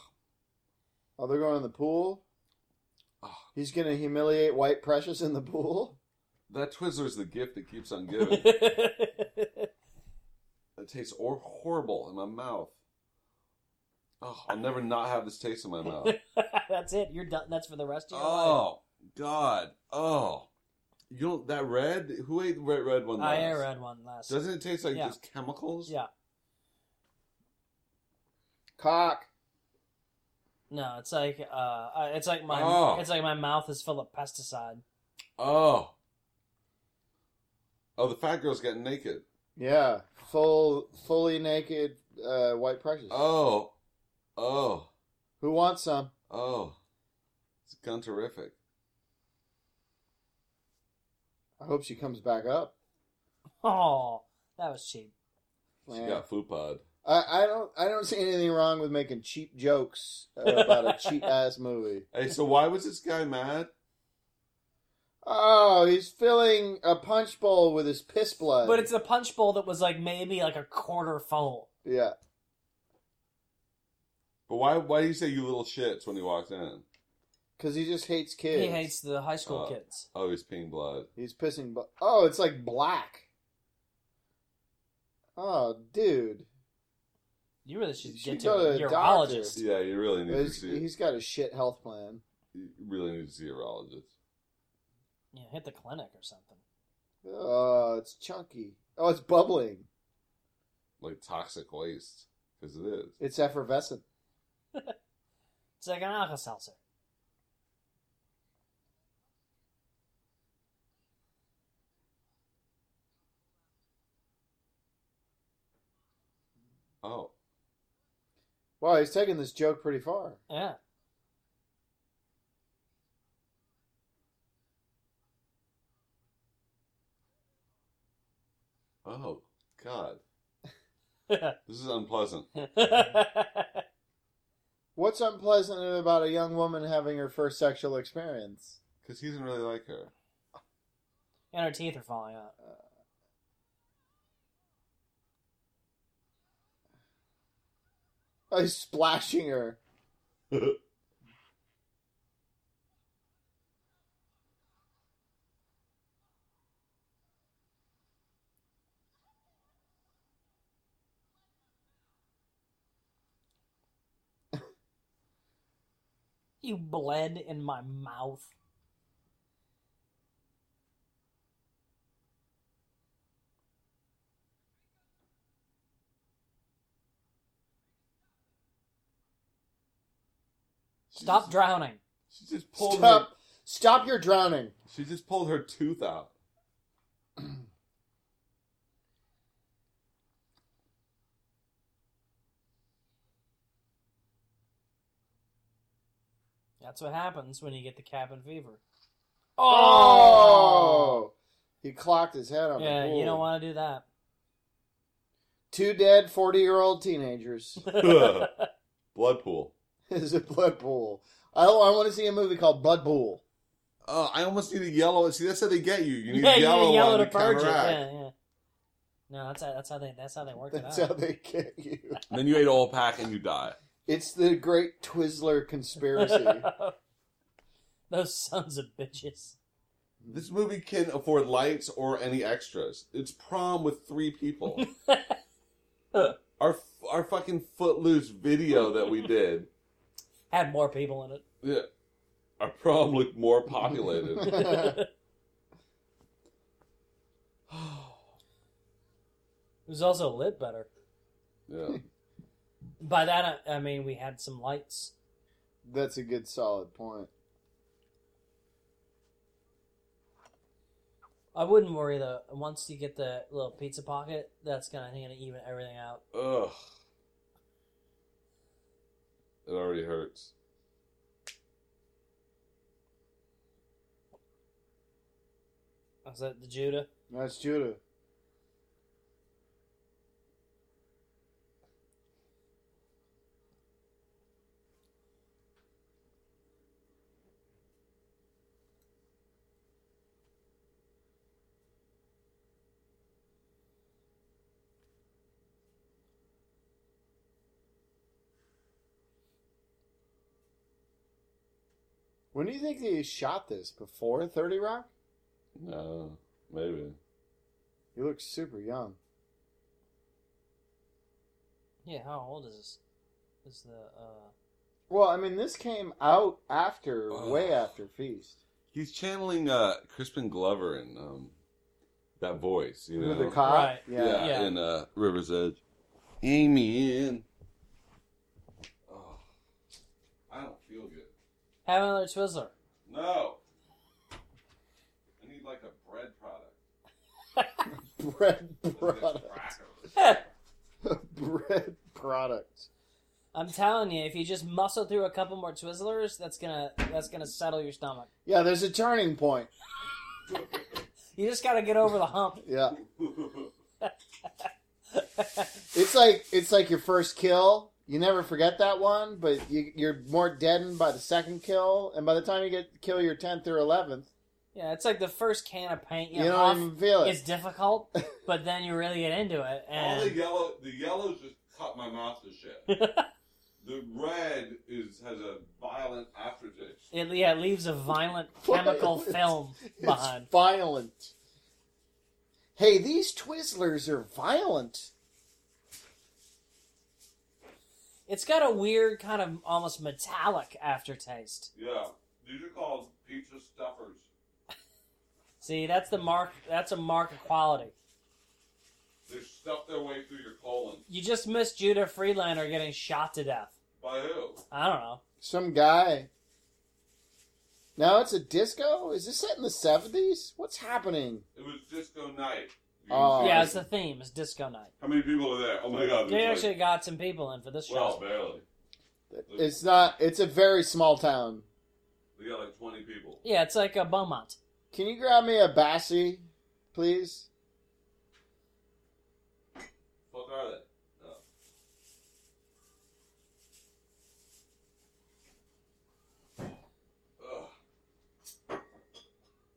C: Oh, they're going in the pool.
B: oh.
C: He's gonna humiliate White Precious in the pool.
B: that Twizzler's the gift that keeps on giving. it tastes or horrible in my mouth. Oh, I'll never not have this taste in my mouth.
A: that's it. You're done. That's for the rest of your life.
B: Oh God! Oh, you don't that red? Who ate the red red one? Last?
A: I ate red one last.
B: Doesn't it taste like
A: Yeah.
B: just chemicals?
A: Yeah.
C: Cock.
A: No, it's like uh, uh, it's like my
B: Oh.
A: it's like my mouth is full of pesticide.
B: Oh. Oh, the fat girl's getting naked.
C: Yeah. Full, fully naked uh, White Precious.
B: Oh, oh,
C: Who wants some?
B: oh! It's gun terrific.
C: I hope she comes back up.
A: Oh, that was cheap.
B: She
C: Man.
B: got food pod.
C: I, I don't I don't see anything wrong with making cheap jokes uh, about a cheap ass movie.
B: Hey, so why was this guy mad?
C: Oh, he's filling a punch bowl with his piss
B: Uh,
C: blood.
A: But it's a punch bowl that was like maybe like a quarter full.
C: yeah.
B: But why? Why do you say you little shits when he walked in?
C: Because he just hates kids.
A: He hates the high school
B: Oh.
A: kids.
B: Oh, he's peeing blood.
C: He's pissing. Bu- oh, it's like black. Oh, dude.
A: You really should
C: You
A: get
C: should
A: to
C: go
A: a
C: to a
A: urologist.
B: Yeah, you really need to
C: He's,
B: see.
C: he's got a shit health plan.
B: You really need to see a urologist.
A: Yeah, hit the clinic or something.
C: Oh, it's chunky. Oh, it's bubbling.
B: Like toxic waste, because it is.
C: It's effervescent.
A: It's like an alka seltzer.
B: Oh,
C: Wow, he's taking this joke pretty far.
A: Yeah.
B: oh, God. This is unpleasant.
C: What's unpleasant about a young woman having her first sexual experience?
B: Because he doesn't really like her.
A: and her teeth are falling out.
C: Oh, he's splashing her.
A: You bled in my mouth.
B: She
A: Stop
B: just-
A: drowning.
B: She just pulled her.
C: Stop! Stop your drowning.
B: She just pulled her tooth out.
A: That's what happens when you get the cabin fever.
C: Oh! He clocked his head on
A: Yeah,
C: the pool.
A: you don't want to do that.
C: Two dead 40 year old teenagers
B: Blood pool.
C: is a blood pool. I, I want to see a movie called Blood Pool.
B: Oh, I almost need a yellow. See, that's how they get you. You need
A: yeah,
B: a
A: you
B: yellow,
A: need yellow
B: one
A: to
B: to,
A: purge it.
B: counteract.
A: Yeah, yeah. No, that's how, that's how they that's how they work
C: That's
A: it out.
C: how they get you.
B: Then you ate a whole pack and you die.
C: It's the great Twizzler conspiracy.
A: Those sons of bitches.
B: This movie can afford lights or any extras. It's prom with three people. our our fucking footloose video that we did.
A: Had more people in it.
B: Yeah. Our prom looked more populated.
A: it was also lit better.
B: yeah.
A: By that I, I mean we had some lights.
C: That's a good solid point.
A: I wouldn't worry though. Once you get the little pizza pocket, that's gonna I think gonna even everything out.
B: Ugh. It already hurts.
A: Is that the Judah?
C: That's Judah. When do you think they shot this? Before 30 Rock?
B: No, maybe.
C: You look super young.
A: Yeah. How old is this? Is the uh,
C: Well, I mean, this came out after,
B: Ugh.
C: way after Feast.
B: He's channeling uh, Crispin Glover in um, that voice, you know.
C: With the cop?
A: Right.
C: Yeah.
B: yeah,
A: Yeah.
B: in uh, River's Edge. Amy in. Oh, I don't feel good.
A: have another Twizzler?
B: No. I need like a bread product.
C: Bread
B: Let's get
C: product.
B: crackers.
C: Bread product.
A: I'm telling you, if you just muscle through a couple more Twizzlers, that's gonna that's gonna settle your stomach.
C: Yeah, there's a turning point.
A: You just gotta get over the hump.
C: Yeah. It's like it's like your first kill. You never forget that one, but you, you're more deadened by the second kill, and by the time you get kill your tenth or eleventh,
A: yeah, it's like the first can of paint. You,
C: you
A: know,
C: don't even feel
A: it's
C: it.
A: difficult, but then you really get into it,
B: All the
A: and
B: yellow, the yellows just cut my mouth to shit. the red is has a violent aftertaste.
A: it yeah it leaves a violent chemical
C: Violent.
A: film behind.
C: It's violent. Hey, these Twizzlers are violent.
A: It's got a weird kind of almost metallic aftertaste.
B: Yeah, these are called pizza stuffers.
A: See, that's the mark. That's a mark of quality.
B: They stuff their way through your colon.
A: You just missed Judah Friedlander getting shot to death.
B: By who?
A: I don't know.
C: Some guy. Now it's a disco. Is this set in the seventies? What's happening?
B: It was disco night. You can
C: Oh.
B: see
A: yeah,
B: it.
A: it's the theme. It's disco night.
B: How many people are there? Oh my god.
A: They
B: there's
A: actually got some people in for this
B: like, well,
A: show.
B: barely.
C: It's not. It's a very small town.
B: They got like 20 people.
A: Yeah, it's like a Beaumont.
C: Can you grab me a bassi, please?
B: Fuck are they? No. Ugh.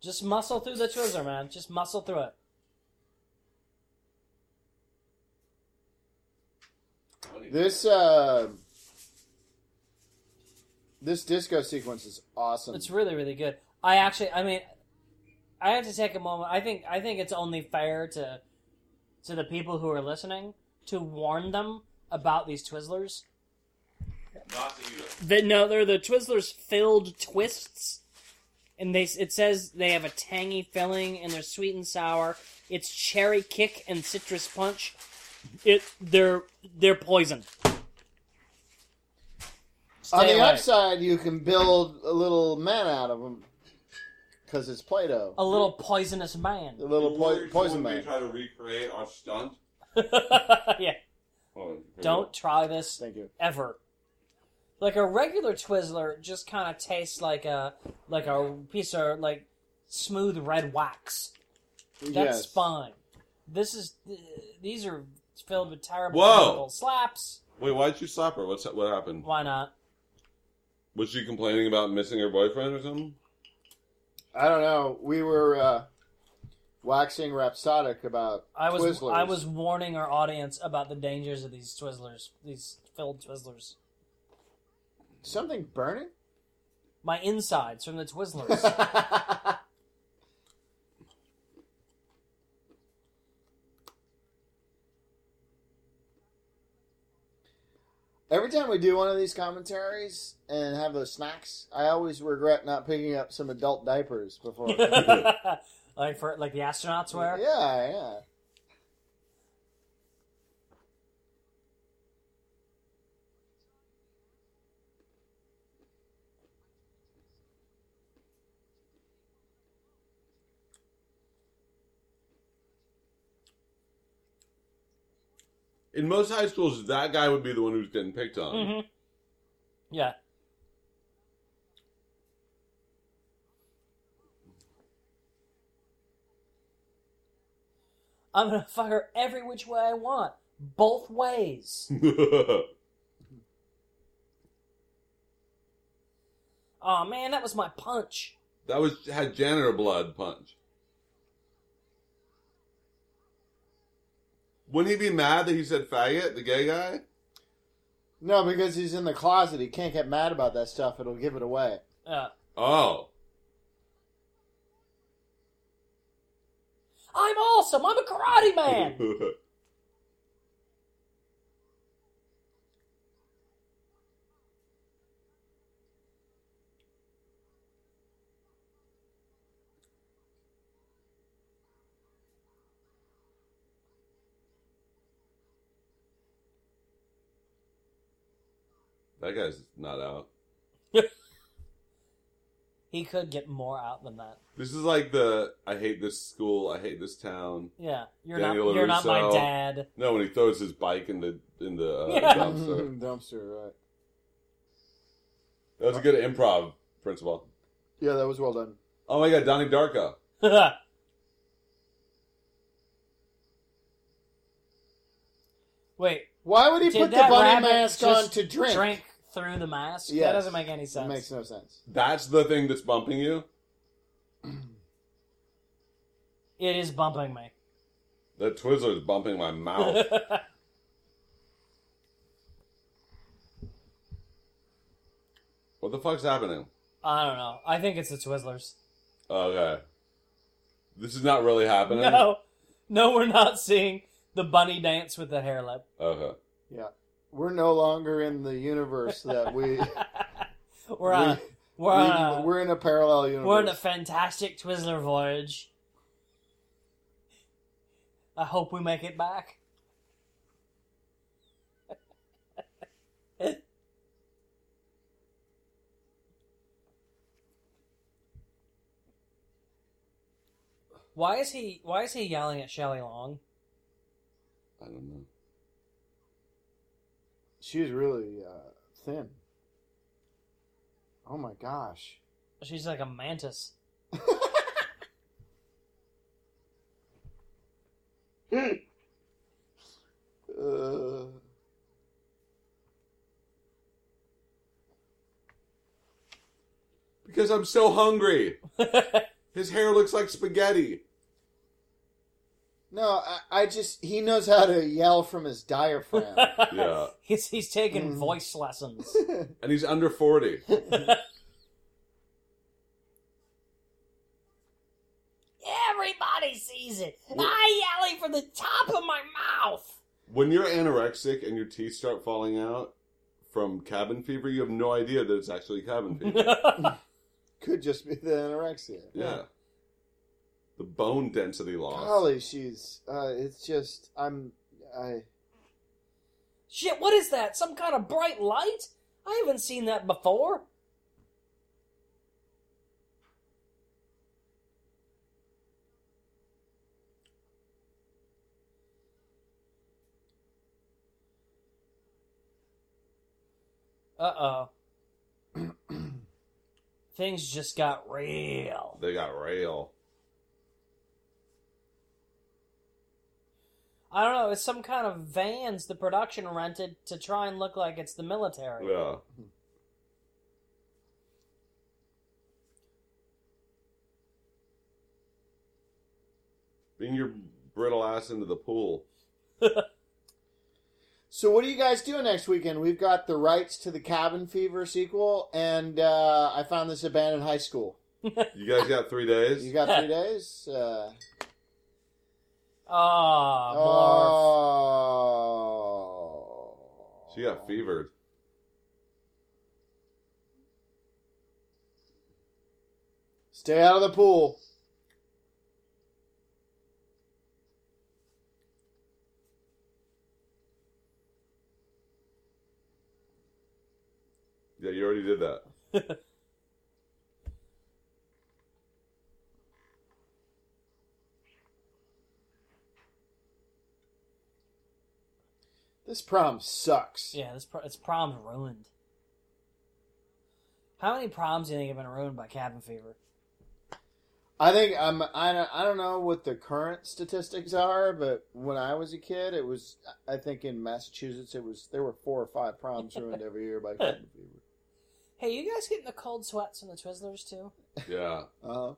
A: Just muscle through the Twizzler, man. Just muscle through it.
B: Funny.
C: This uh, this disco sequence is awesome.
A: It's really, really good. I actually, I mean, I have to take a moment. I think, I think it's only fair to to the people who are listening to warn them about these Twizzlers.
B: Not to eat them.
A: That no, they're the Twizzlers filled twists, and they it says they have a tangy filling and they're sweet and sour. It's cherry kick and citrus punch. It they're they're poison. Stay
C: On the
A: away.
C: upside, you can build a little man out of them because it's Play-Doh.
A: a little poisonous
C: A
A: man.
C: little po-
B: Before
C: poison
B: we
C: man.
B: try to recreate our stunt.
A: yeah,
B: Oh,
C: Mm-hmm.
A: don't try this
C: Thank you.
A: ever. Like a regular Twizzler, just kind of tastes like a like a piece of like smooth red wax. That's
C: yes.
A: fine. This is th- these are filled with terrible
B: Whoa.
A: chemical slaps.
B: Wait, why'd you stop her? What's what happened?
A: Why not?
B: Was she complaining about missing her boyfriend or something?
C: I don't know. We were uh, waxing rhapsodic about
A: I was
C: Twizzlers.
A: I was warning our audience about the dangers of these Twizzlers, these filled Twizzlers.
C: something burning.
A: My insides from the Twizzlers.
C: That's Every time we do one of these commentaries and have those snacks, I always regret not picking up some adult diapers before. yeah,
A: like for like the astronauts wear.
C: yeah.
B: In most high schools, that guy would be the one who's getting picked on.
A: Mhm. Yeah. I'm gonna fuck her every which way I want, both ways. Mm-hmm. Oh man, that was my punch.
B: that was had janitor blood punch. Wouldn't he be mad that he said faggot, the gay guy?
C: No, because he's in the closet. He can't get mad about that stuff. It'll give it away.
A: Uh,
B: Oh.
A: I'm awesome. I'm a karate man.
B: that guy's not out.
A: he could get more out than that.
B: This is like the I hate this school, I hate this town.
A: Yeah, you're
B: Daniel
A: not. You're not my
B: Larusso.
A: dad.
B: No, when he throws his bike in the in the uh,
A: Yeah.
B: dumpster.
C: Dumpster, right.
B: That was a good improv principal.
C: Yeah, that was well done.
B: Oh my god, Donnie Darko.
A: Wait,
C: Why would he
A: Did
C: put the
A: that
C: bunny
A: rabbit
C: mask
A: just
C: on to drink?
A: drink through the mask. That
C: Yes.
A: doesn't make any sense.
C: It makes no sense.
B: That's the thing that's bumping you.
A: It is bumping me.
B: The Twizzler's bumping my mouth. what the fuck's happening?
A: I don't know. I think it's the Twizzlers.
B: Okay. This is not really happening.
A: No, no, we're not seeing the bunny dance with the hair lip.
B: Okay.
C: We're no longer in the universe that we.
A: We're on. We're on. a-
C: we, are in a parallel universe.
A: We're on a fantastic Twizzler voyage. I hope we make it back. why is he why is he yelling at Shelley Long?
B: I don't know.
C: She's really uh, thin. Oh my gosh.
A: She's like a mantis.
C: Uh,
B: Because I'm so hungry. His hair looks like spaghetti.
C: no, I, I just. He knows how to yell from his diaphragm.
B: Yeah.
A: he's, he's taking
C: Mm.
A: voice lessons.
B: And he's under 40.
A: Everybody sees it. I yelling from the top of my mouth.
B: When you're anorexic and your teeth start falling out from cabin fever, you have no idea that it's actually cabin fever.
C: Could just be the anorexia.
B: yeah. The bone density loss.
C: Golly, she's. Uh, it's just. I'm. I.
A: Shit, what is that? Some kind of bright light? I haven't seen that before. Uh oh. Things just got real.
B: They got rail.
A: I don't know, it's some kind of vans the production rented to try and look like it's the military.
B: Yeah.
C: Mm-hmm.
B: Bring your brittle ass into the pool.
C: So what are you guys doing next weekend? We've got the rights to the Cabin Fever sequel, and uh, I found this abandoned high school.
B: You guys got three days?
C: You got three days. Uh,
A: Oh,
C: oh,
B: she got fevered.
C: Stay out of the pool.
B: Yeah, you already did that.
C: This prom sucks.
A: Yeah, this pro- it's prom's ruined. How many proms do you think have been ruined by cabin fever?
C: I think I'm. I don't, I don't know what the current statistics are, but when I was a kid, it was. I think in Massachusetts, it was there were four or five proms ruined every year by cabin fever.
A: Hey, you guys getting the cold sweats from the Twizzlers too?
B: Yeah.
C: Uh,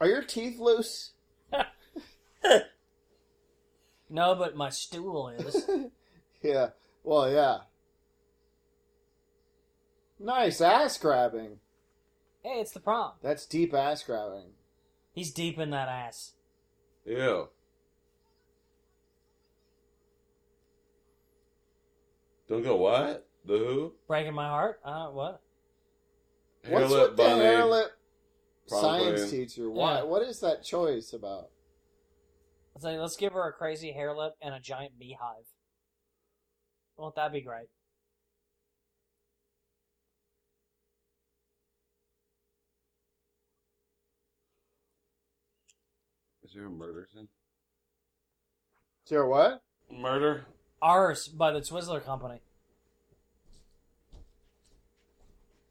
C: are your teeth loose?
A: No, but my stool is.
C: yeah. Well, yeah. Nice ass grabbing.
A: hey, it's the prom.
C: That's deep ass grabbing.
A: He's deep in that ass.
B: Ew. Don't go what? The who?
A: Breaking my heart. Uh, what?
C: What's
B: Hairlip
C: with
B: bunny.
C: the hairlip
B: Probably.
C: science teacher? Why?
A: Yeah.
C: What is that choice about?
A: Let's say, let's give her a crazy hair lip and a giant beehive. Won't that be great?
B: Is there a murder scene?
C: Is there a what?
B: Murder?
A: Ours by the Twizzler Company.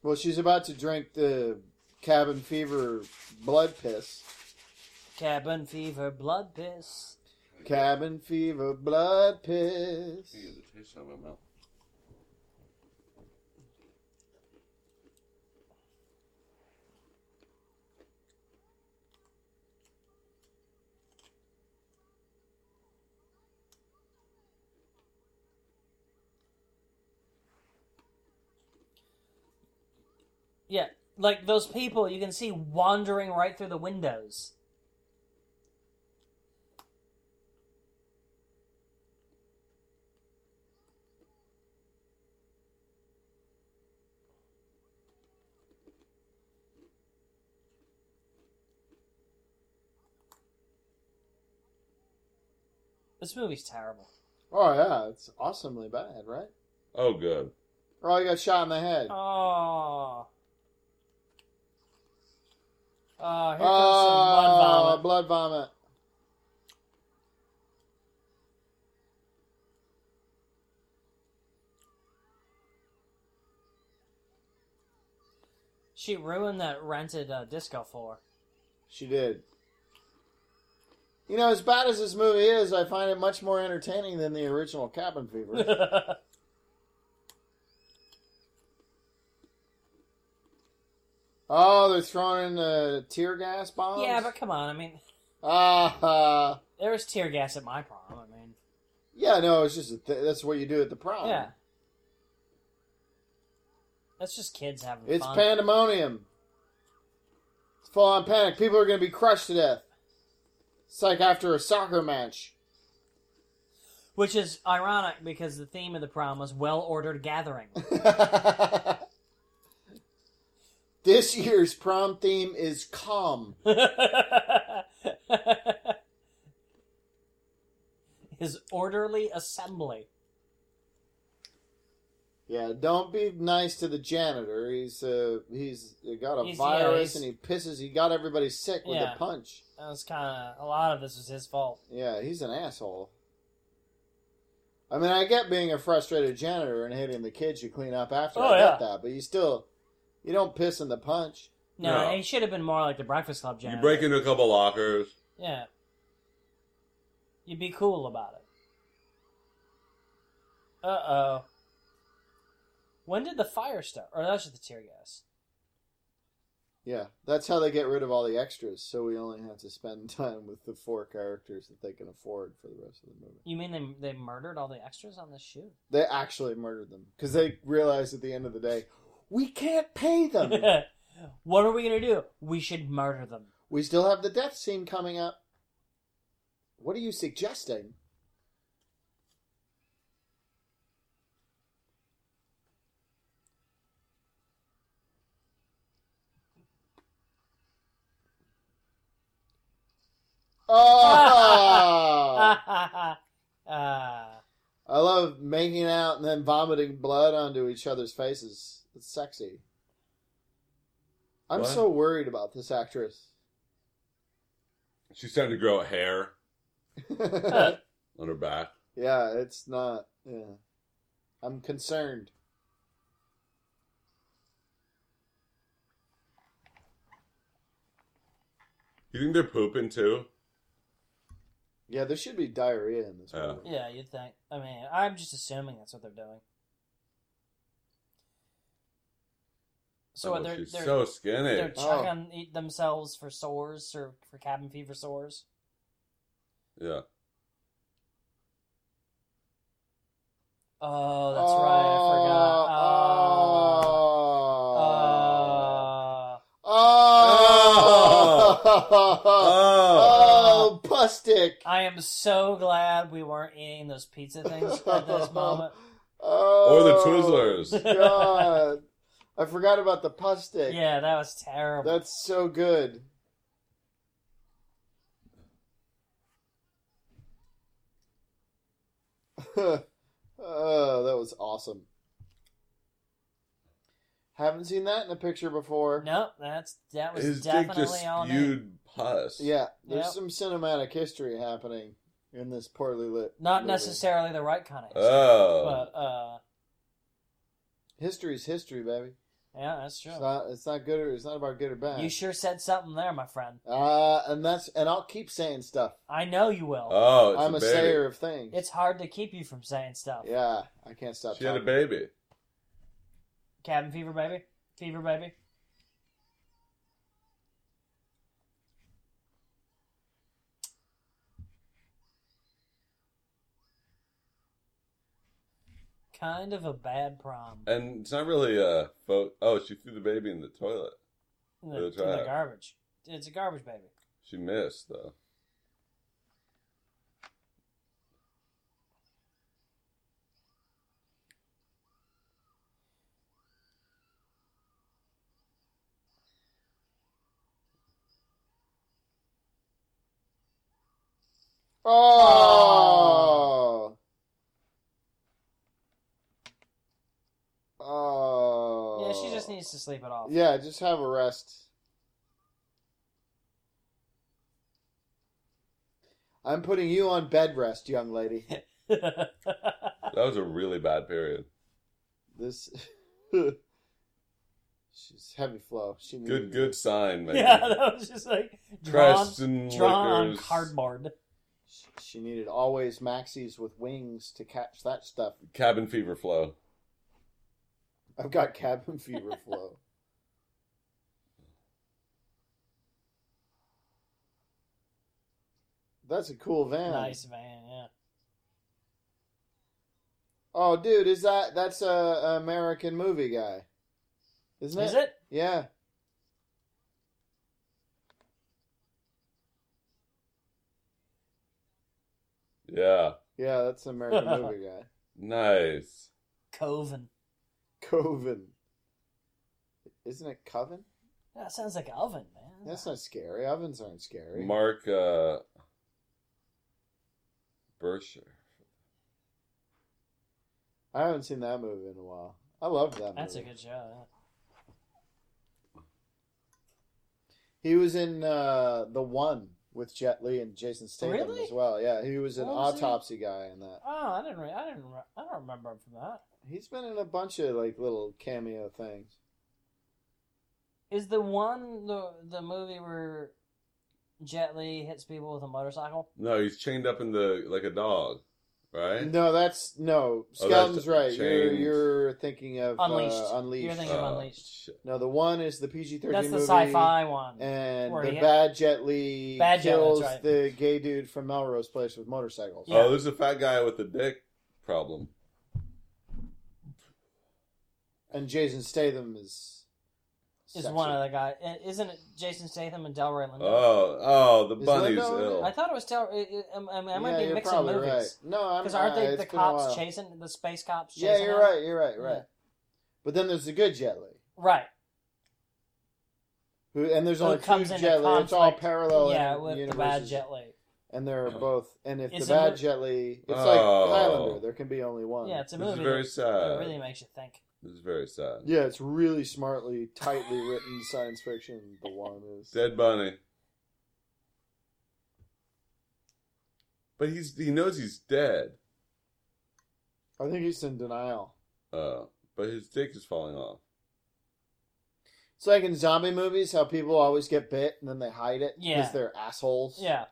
C: Well, she's about to drink the cabin fever blood piss.
A: Cabin fever, blood piss.
C: Cabin fever blood piss.
B: I can get the taste out of my mouth.
A: Yeah, like those people you can see wandering right through the windows. This movie's terrible.
C: Oh yeah, it's awesomely bad, right?
B: Oh, good.
C: Oh, you got shot in the head.
A: Oh. Oh, here comes some blood vomit.
C: Oh, blood vomit.
A: She ruined that rented uh, disco floor.
C: She did. You know, as bad as this movie is, I find it much more entertaining than the original Cabin Fever. oh, they're throwing in the tear gas bombs.
A: yeah, but come on. I mean,
C: ah, uh,
A: there was tear gas at my prom. I mean,
C: yeah, no, it's just a th- that's what you do at the prom.
A: yeah. That's just kids having
C: it's
A: fun.
C: pandemonium. It's full on panic. People are going to be crushed to death. It's like after a soccer match.
A: Which is ironic because the theme of the prom was well ordered gathering.
C: this year's prom theme is calm.
A: His orderly assembly.
C: Yeah, don't be nice to the janitor. He's uh, he's got a
A: He's- yeah,
C: virus
A: he's-
C: and he pisses. He got everybody sick with
A: Yeah.
C: a punch.
A: That was kind of a lot of this was his fault.
C: Yeah, he's an asshole. I mean, I get being a frustrated janitor and hitting the kids you clean up after.
A: Oh,
C: I get
A: yeah.
C: that, but you still you don't piss in the punch.
A: No,
B: No.
A: he should have been more like the Breakfast Club janitor.
B: You break into a couple lockers.
A: Yeah. You'd be cool about it. Uh oh. When did the fire start? Or that was just the tear gas.
C: Yeah, that's how they get rid of all the extras. So we only have to spend time with the four characters that they can afford for the rest of the movie.
A: You mean they, they murdered all the extras on this shoot?
C: They actually murdered them because they realized at the end of the day, we can't pay them.
A: what are we gonna do? We should murder them.
C: We still have the death scene coming up. What are you suggesting? Oh!
A: uh,
C: I love making out and then vomiting blood onto each other's faces. It's sexy. I'm
B: What?
C: so worried about this actress.
B: She's starting to grow hair
C: yeah,
B: on her back.
C: it's not. Yeah, I'm concerned.
B: You think they're pooping too?
C: Yeah, there should be diarrhea in this
B: Yeah.
C: movie.
A: Yeah, you'd think. I mean, I'm just assuming that's what they're doing. So
B: oh,
A: they're
B: she's
A: they're,
B: so skinny.
A: they're
C: Oh.
A: chucking eat themselves for sores or for cabin fever sores.
B: yeah.
A: Oh, that's right. I forgot. Oh.
C: Oh.
A: Uh,
C: Oh. Oh.
B: Oh,
C: Pustic.
A: I am so glad we weren't eating those pizza things at this moment.
C: Oh.
B: or the Twizzlers.
C: God. I forgot about the Pustic.
A: Yeah, that was terrible.
C: That's so good. oh, that was awesome. Haven't seen that in a picture before.
A: Nope, that's that was
B: His dick
A: definitely
B: just
A: on it.
B: spewed pus.
C: Yeah, there's
A: Yep.
C: some cinematic history happening in this poorly lit.
A: Not
C: movie.
A: necessarily the right kind of history,
B: Oh.
A: but uh,
C: History's history, baby.
A: yeah, that's true.
C: It's not. It's not good. Or, it's not about good or bad.
A: You sure said something there, my friend.
C: uh, and that's and I'll keep saying stuff.
A: I know you will.
B: oh, it's
C: I'm a
B: baby.
C: sayer of things.
A: it's hard to keep you from saying stuff.
C: yeah, I can't stop.
B: She had a
C: talking.
B: baby.
A: Cabin fever, baby. Fever, baby. Kind of a bad prom.
B: And it's not really a fo- Oh, she threw the baby in the toilet.
A: In
B: for
A: the,
B: the
A: in
B: trial.
A: the garbage. It's a garbage baby.
B: She missed, though.
C: Oh. Oh.
A: Yeah, she just needs to sleep it off.
C: Yeah, just have a rest. I'm putting you on bed rest, young lady.
B: That was a really bad period.
C: This. She's heavy flow. She
B: Good,
C: needed
B: good sign, man.
A: yeah, that was just like drawn,
B: Crest and
A: drawn on
B: Liquors.
A: cardboard.
C: She, she needed always maxis with wings to catch that stuff.
B: Cabin fever flow.
C: I've got cabin fever flow. That's a cool van.
A: Nice van, yeah.
C: Oh, dude, is that that's a, a American movie guy? Isn't
A: Is it?
C: Yeah.
B: Yeah.
C: Yeah, that's an American movie guy.
B: Nice.
A: Coven.
C: Coven. Isn't it Coven?
A: That sounds like oven, man.
C: That's not scary. Ovens aren't scary.
B: Mark uh Bersher.
C: I haven't seen that movie in a while. I love that movie.
A: That's a good show. yeah.
C: He was in uh, the one with Jet Li and Jason Statham
A: Really?
C: as well. Yeah, he was an
A: What was he-
C: autopsy guy in that.
A: Oh, I didn't. Re- I didn't. Re- I don't remember him from that.
C: He's been in a bunch of like little cameo things.
A: Is the one the the movie where Jet Li hits people with a motorcycle?
B: No, he's chained up in the like a dog, right?
C: No, that's no.
B: Oh,
C: Skelton's
B: that's
C: right. You're
B: Chains.
C: you're thinking of
A: Unleashed.
C: Uh, Unleashed.
A: You're thinking-
B: Oh,
A: Unleashed.
B: shit.
C: no, the one is the PG thirteen.
A: That's the
C: movie,
A: sci-fi one.
C: And
A: Where
C: the
A: he-
C: bad Jet Li
A: Bad Jet Li,
C: kills
A: that's right.
C: the gay dude from Melrose Place with motorcycles.
A: Yeah.
B: Oh, there's a fat guy with a dick problem.
C: And Jason Statham is
A: Is one of the guy? i- Isn't it Jason Statham and Delroy Lindo?
B: Oh, oh, the
C: Is
B: bunny's
C: Linda on
B: ill.
A: I thought it was Del. I, I, I mean, I might
C: yeah,
A: be
C: you're
A: mixing
C: probably
A: movies.
C: right. No, I'm
A: Because aren't
C: I-
A: they
C: it's
A: the
C: been a while.
A: cops chasing the space cops? Chasing
C: Yeah, you're
A: him?
C: right. You're right.
A: Yeah.
C: Right. But then there's the good Jet Li.
A: Right.
C: Who, and there's
A: Who
C: only
A: Oh, comes
C: two
A: into
C: Jet Li. It's all
A: conflict,
C: parallel.
A: yeah,
C: in
A: with the
C: universes,
A: bad Jet Li.
C: And they're both. And if
A: It's
C: the
A: a
C: bad
A: mo-
C: Jet Li, it's
B: Oh.
C: like Highlander. There can be only one.
A: Yeah, it's a
B: this is
A: movie.
B: very
A: that,
B: sad.
A: it really makes you think.
B: It's very sad.
C: Yeah, it's really smartly, tightly written science fiction. The one is
B: Dead Bunny. But he's he knows he's dead.
C: I think he's in denial.
B: Uh, but his dick is falling off.
C: It's like in zombie movies, how people always get bit and then they hide it because
A: Yeah.
C: they're assholes.
A: Yeah.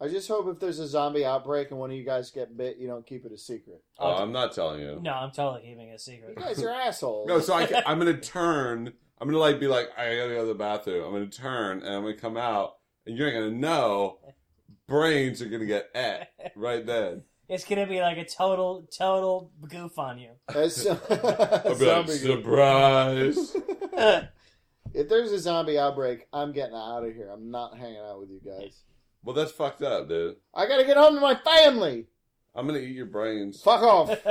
C: I just hope if there's a zombie outbreak and one of you guys get bit, you don't keep it a secret.
B: Oh,
A: Okay.
B: I'm not telling you.
A: No, I'm totally keeping it a
C: You
A: secret.
C: guys are assholes.
B: No, so I can, I'm gonna turn. I'm gonna like be like, I gotta go to the bathroom. I'm gonna turn and I'm gonna come out, and you're not gonna know. Brains are gonna get at right then.
A: It's gonna be like a total, total goof on you.
C: As some-
B: I'll be like,
C: zombie-
B: surprise.
C: if there's a zombie outbreak, I'm getting out of here. I'm not hanging out with you guys.
B: well, that's fucked up, dude.
C: I gotta get home to my family.
B: I'm gonna eat your brains.
C: Fuck off.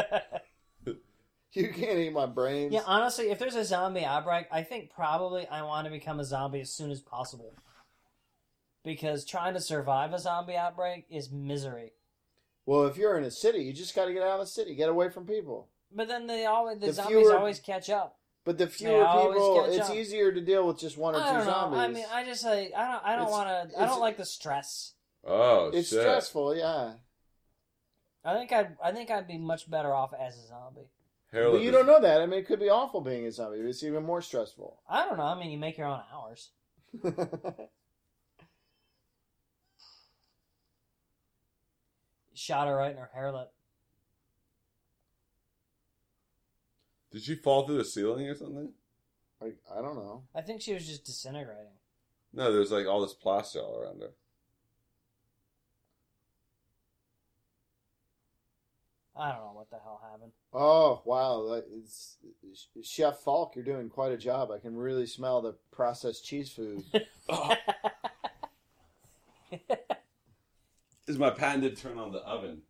C: You can't eat my brains.
A: yeah, honestly, if there's a zombie outbreak, I think probably I want to become a zombie as soon as possible. Because trying to survive a zombie outbreak is misery.
C: Well, if you're in a city, you just gotta get out of the city, get away from people.
A: But then they always the,
C: The
A: zombies
C: fewer-
A: always catch up.
C: But the
A: They
C: fewer
A: always
C: people,
A: catch
C: it's
A: up.
C: easier to deal with just one or
A: I
C: two
A: don't know.
C: zombies.
A: I mean, I just like I don't I don't
C: It's-
A: want to. I
C: it's-
A: don't like the stress.
B: Oh
C: it's
B: shit!
C: stressful, yeah.
A: I think I'd I think I'd be much better off as a zombie.
B: Hairless
C: but you
B: is-
C: don't know that. I mean, it could be awful being a zombie. It's even more stressful.
A: I don't know. I mean, you make your own hours. Shot her right in her hair lip.
B: Did she fall through the ceiling or something?
C: like, I don't know.
A: I think she was just disintegrating.
B: No, there's like all this plaster all around her.
A: I don't know what the hell happened.
C: Oh wow, that- it's Chef Falk. You're doing quite a job. I can really smell the processed cheese food.
B: Is my patented turn on the oven?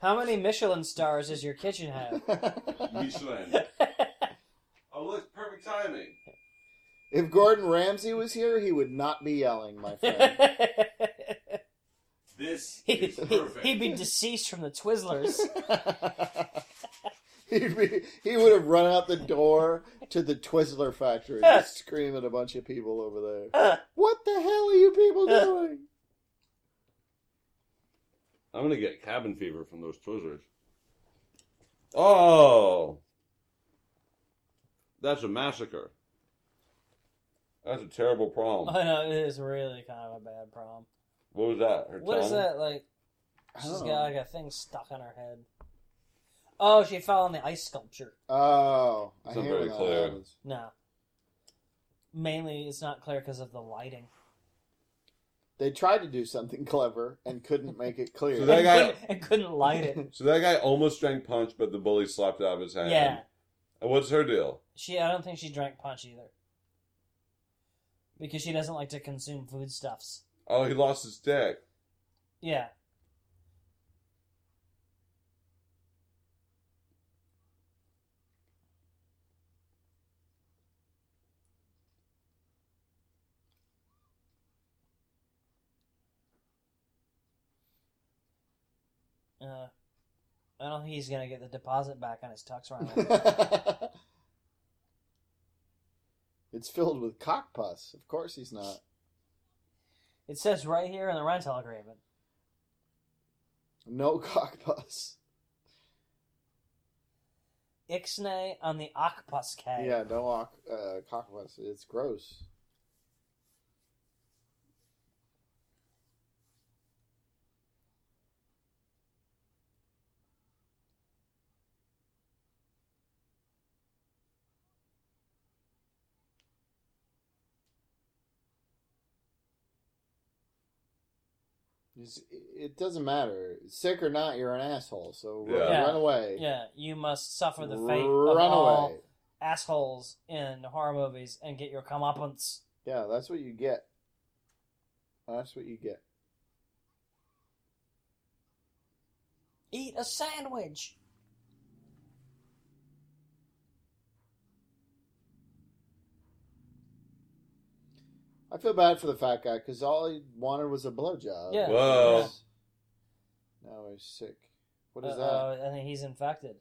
A: How many Michelin stars does your kitchen have?
B: Michelin. oh look, perfect timing.
C: if Gordon Ramsay was here, he would not be yelling, my friend.
B: This
A: he, would be deceased from the Twizzlers.
C: He'd be, he would have run out the door to the Twizzler factory, just screaming at a bunch of people over there. what the hell are you people doing?
B: I'm gonna get cabin fever from those Twizzlers. Oh, that's a massacre. That's a terrible problem.
A: I know it is really kind of a bad problem.
B: What was that? Her
A: What
B: tongue?
A: is that like?
C: I
A: She's
B: Oh.
C: don't
A: got
C: know.
A: like a thing stuck on her head. Oh, she fell on the ice sculpture.
C: Oh, I
B: It's not
C: hear when
B: very
C: that
B: clear.
C: happens.
A: No. Mainly, it's not clear because of the lighting.
C: They tried to do something clever and couldn't make it clear.
B: So that
A: And
B: guy-
A: couldn't, and couldn't light it.
B: So that guy almost drank punch, but the bully slapped it out of his hand.
A: Yeah.
B: And what's her deal?
A: She, I don't think she drank punch either, because she doesn't like to consume foodstuffs.
B: Oh, he lost his dick.
A: Yeah. Uh, I don't think he's gonna get the deposit back on his tux rhino.
C: it's filled with cock pus. Of course he's not.
A: it says right here in the rental agreement.
C: No cock pus.
A: Ixnay on the octopus cag.
C: Yeah, no cock, uh, cock pus. It's gross. It's, it doesn't matter. Sick or not, you're an asshole. So run,
B: Yeah.
C: run away.
A: Yeah, you must suffer the fate
C: Run
A: of all
C: away.
A: assholes in horror movies and get your comeuppance.
C: Yeah, that's what you get. That's what you get.
A: Eat a sandwich.
C: I feel bad for the fat guy because all he wanted was a blowjob.
A: Yeah.
B: Whoa.
A: Yeah.
C: Now he's sick. What is
A: Uh, Uh-oh, I think he's infected.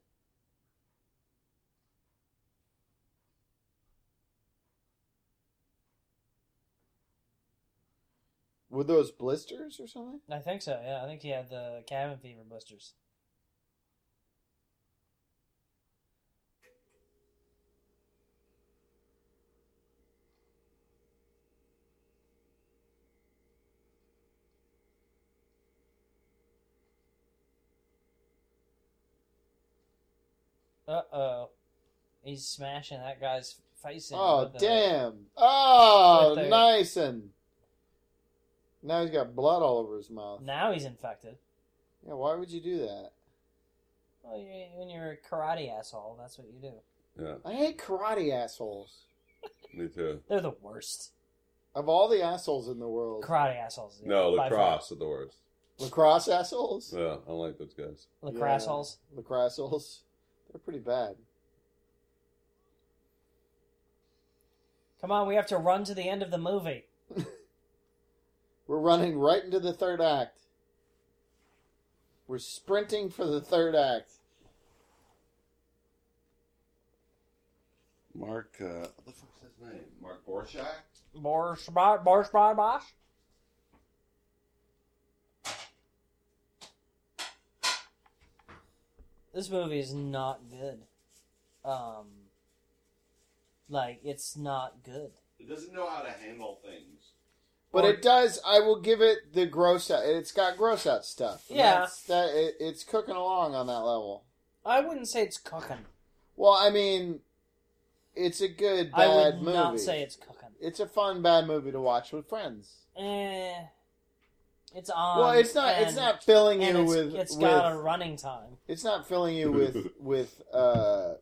C: Were those blisters or something?
A: I think so. Yeah, I think he had the cabin fever blisters. Uh oh, he's smashing that guy's face in.
C: Oh
A: with the-
C: damn! Oh,
A: With the-
C: nice and now he's got blood all over his mouth.
A: Now he's infected.
C: Yeah, why would you do that?
A: Well, you when you're a karate asshole, that's what you do.
B: Yeah,
C: I hate karate assholes.
B: me too.
A: They're the worst.
C: Of all the assholes in the world,
A: Karate assholes. yeah,
B: No,
A: by far.
B: lacrosse are the worst.
C: lacrosse assholes,
B: Yeah, I like those guys.
A: Lacrosse
C: Yeah.
A: holes.
C: lacrosse assholes, they're pretty bad.
A: Come on, we have to run to the end of the movie.
C: We're running right into the third act. We're sprinting for the third act.
B: Mark, uh, what the fuck's his name? Mark Borshak?
A: More spot, more spot, boss. This movie is not good. Um, like it's not good.
B: He doesn't know how to handle things.
C: But
A: Or-
C: it does. I will give it the gross out. It's got gross out stuff. And
A: Yeah.
C: that's- that it, it's cooking along on that level.
A: I wouldn't say it's cooking.
C: Well, I mean, it's a good bad
A: I would
C: movie.
A: not say it's cooking.
C: It's a fun bad movie to watch with friends.
A: Eh, it's on.
C: well, it's not. it's
A: Um, and-
C: not filling
A: And
C: you
A: it's,
C: with.
A: it's
C: with-
A: got a running time.
C: it's not filling you with with uh,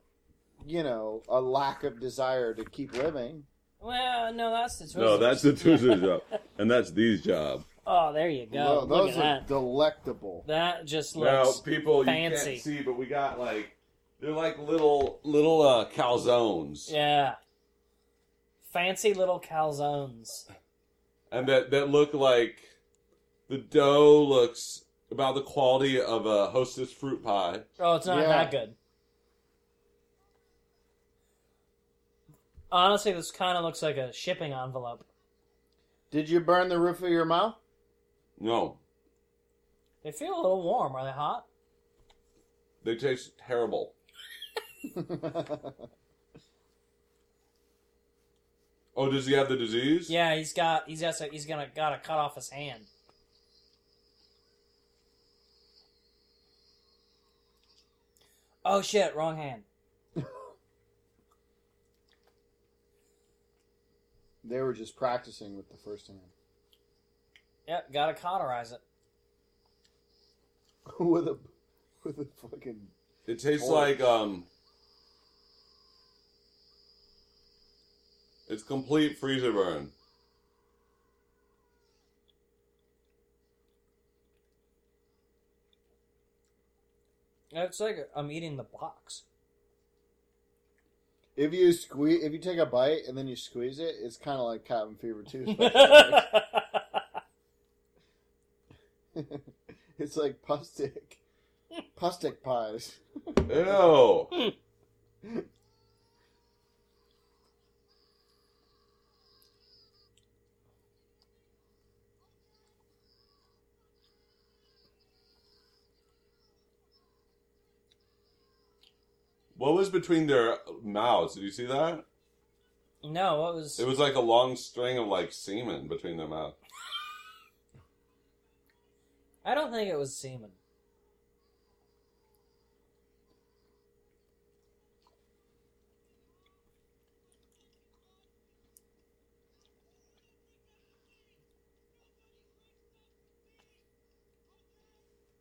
C: you know, a lack of desire to keep living.
A: Well, no, that's the twist.
B: No, that's the Tuesday's job. And that's Dee's job.
A: Oh, there you go.
C: Tho-
A: Look at
C: those are
A: that.
C: delectable.
A: That just
B: Now,
A: looks.
B: people, you
A: fancy.
B: can't see, but we got like, they're like little, little uh, calzones.
A: Yeah. Fancy little calzones.
B: and that that look like the dough looks about the quality of a hostess fruit pie.
A: Oh, it's not
C: Yeah.
A: that good. Honestly, this kind of looks like a shipping envelope.
C: Did you burn the roof of your mouth?
B: No,
A: They feel a little warm. Are they hot?
B: they taste terrible. Oh, does he have the disease?
A: Yeah, he's got. He's got. He's gonna gotta cut off his hand. Oh shit! Wrong hand.
C: they were just practicing with the first hand.
A: Yep, gotta cauterize it.
C: with a with a fucking
B: It tastes
C: Or-
B: like um. It's complete freezer burn.
A: It's like I'm eating the box.
C: If you squeeze, if you take a bite and then you squeeze it, it's kind of like cotton fever too. it's like pustic, pustic pies.
B: Ew. What was between their mouths? Did you see that?
A: no, it was.
B: It was like a long string of like semen between their mouth.
A: I don't think it was semen.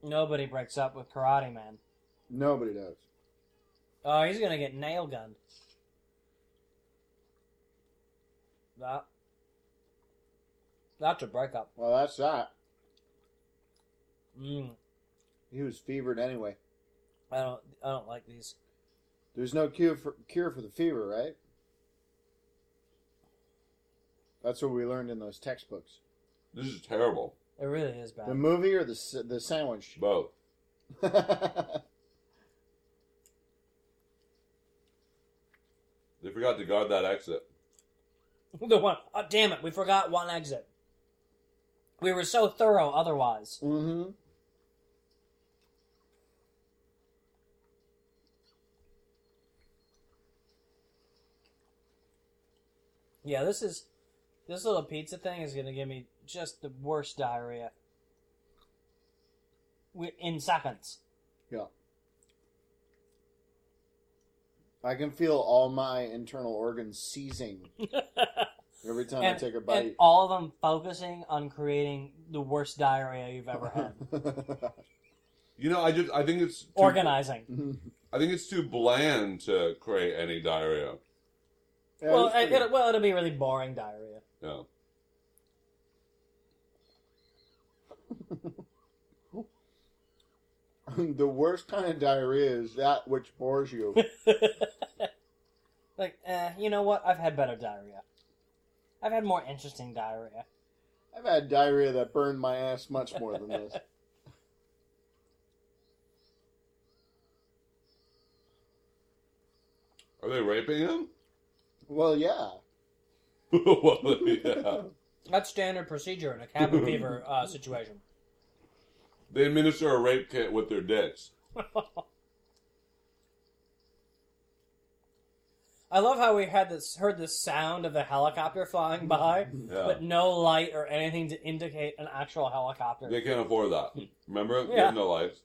A: Nobody breaks up with Karate Man.
C: Nobody does.
A: Oh, he's gonna get nail gunned. That. That's a breakup.
C: Well, that's that.
A: Mm,
C: He was fevered anyway.
A: I don't. I don't like these.
C: There's no cure for cure for the fever, right? That's what we learned in those textbooks.
B: This is terrible.
A: It really is bad.
C: The movie or the s- the sandwich?
B: Both. They forgot to guard that exit.
A: The one, oh, damn it, we forgot one exit. We were so thorough otherwise.
C: Mm-hmm.
A: Yeah, this is this little pizza thing is gonna give me just the worst diarrhea. Wi- In seconds.
C: I can feel all my internal organs seizing every time I take a
A: and
C: bite.
A: all of them focusing on creating the worst diarrhea you've ever had.
B: You know, I just I think it's too,
A: Organizing.
B: I think it's too bland to create any diarrhea.
C: Yeah,
A: well,
C: it's pretty-
A: it, well, it'll be really boring diarrhea.
B: No.
C: the worst kind of diarrhea is that which bores you.
A: like, eh, you know what? I've had better diarrhea. I've had more interesting diarrhea.
C: I've had diarrhea that burned my ass much more than this.
B: Are they raping him?
C: Well, yeah.
B: well, yeah.
A: That's standard procedure in a cabin fever uh, situation.
B: They administer a rape kit with their dicks.
A: I love how we had this heard the sound of the helicopter flying by,
B: Yeah.
A: but no light or anything to indicate an actual helicopter.
B: They can't afford that. Remember? They
A: Yeah.
B: have no lights.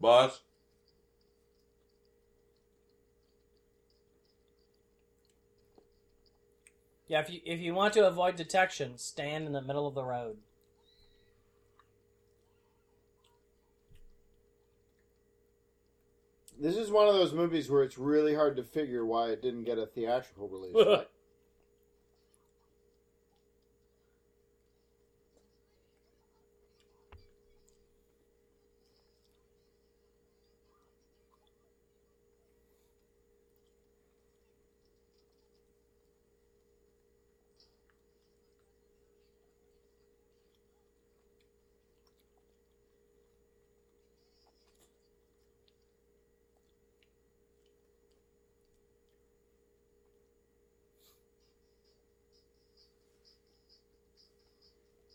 B: Boss,
A: Yeah, if you if you want to avoid detection, stand in the middle of the road.
C: This is one of those movies where it's really hard to figure why it didn't get a theatrical release. Like,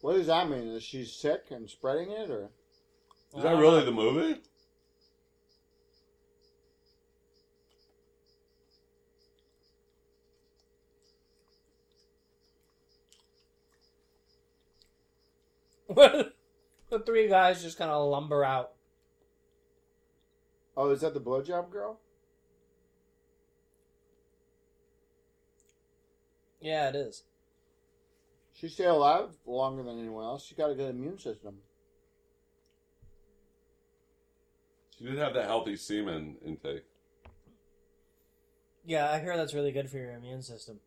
C: what does that mean? Is she sick and spreading it, or
B: is that really the movie?
A: the three guys just kind of lumber out.
C: oh, is that the blowjob girl?
A: Yeah, it is.
C: She stayed alive longer than anyone else. She got a good immune system.
B: She did have that healthy semen intake.
A: Yeah, I hear that's really good for your immune system.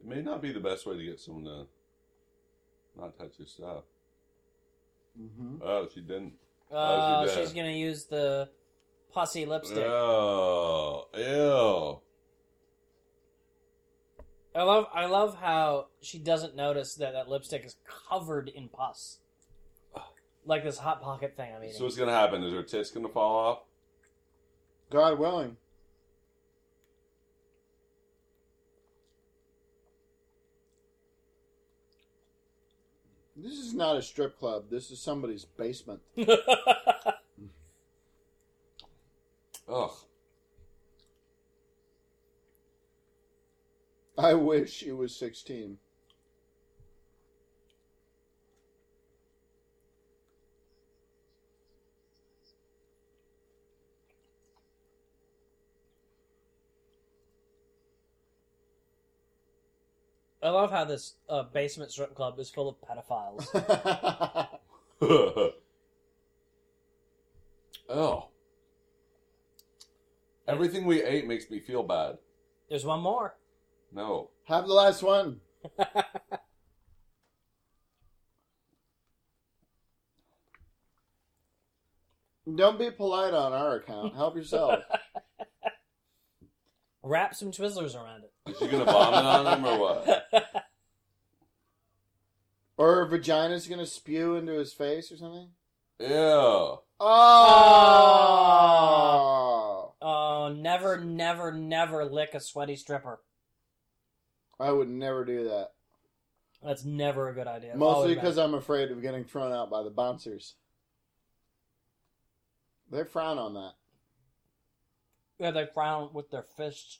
B: It may not be the best way to get someone to not touch your stuff.
C: Mm-hmm.
B: Oh, she didn't.
A: Oh,
B: Oh, she did.
A: she's gonna use the pussy lipstick.
B: Oh, ew.
A: I love, I love how she doesn't notice that that lipstick is covered in pus, like this hot pocket thing I'm eating.
B: So what's gonna happen? Is her tits gonna fall off?
C: God willing. This is not a strip club. This is somebody's basement.
B: Ugh.
C: I wish it was 16.
A: I love how this uh, basement strip club is full of pedophiles.
B: oh. Everything we ate makes me feel bad.
A: There's one more.
B: No.
C: Have the last one. Don't be polite on our account. Help yourself.
A: Wrap some Twizzlers around it.
B: Is she gonna vomit on him or what?
C: or her vagina's going to spew into his face or something.
B: Ew.
C: Oh.
A: Oh, never, never, never lick a sweaty stripper.
C: I would never do that.
A: That's never a good idea. It's
C: Mostly
A: always bad.
C: because I'm afraid of getting thrown out by the bouncers. They frown on that.
A: yeah, they frown with their fists.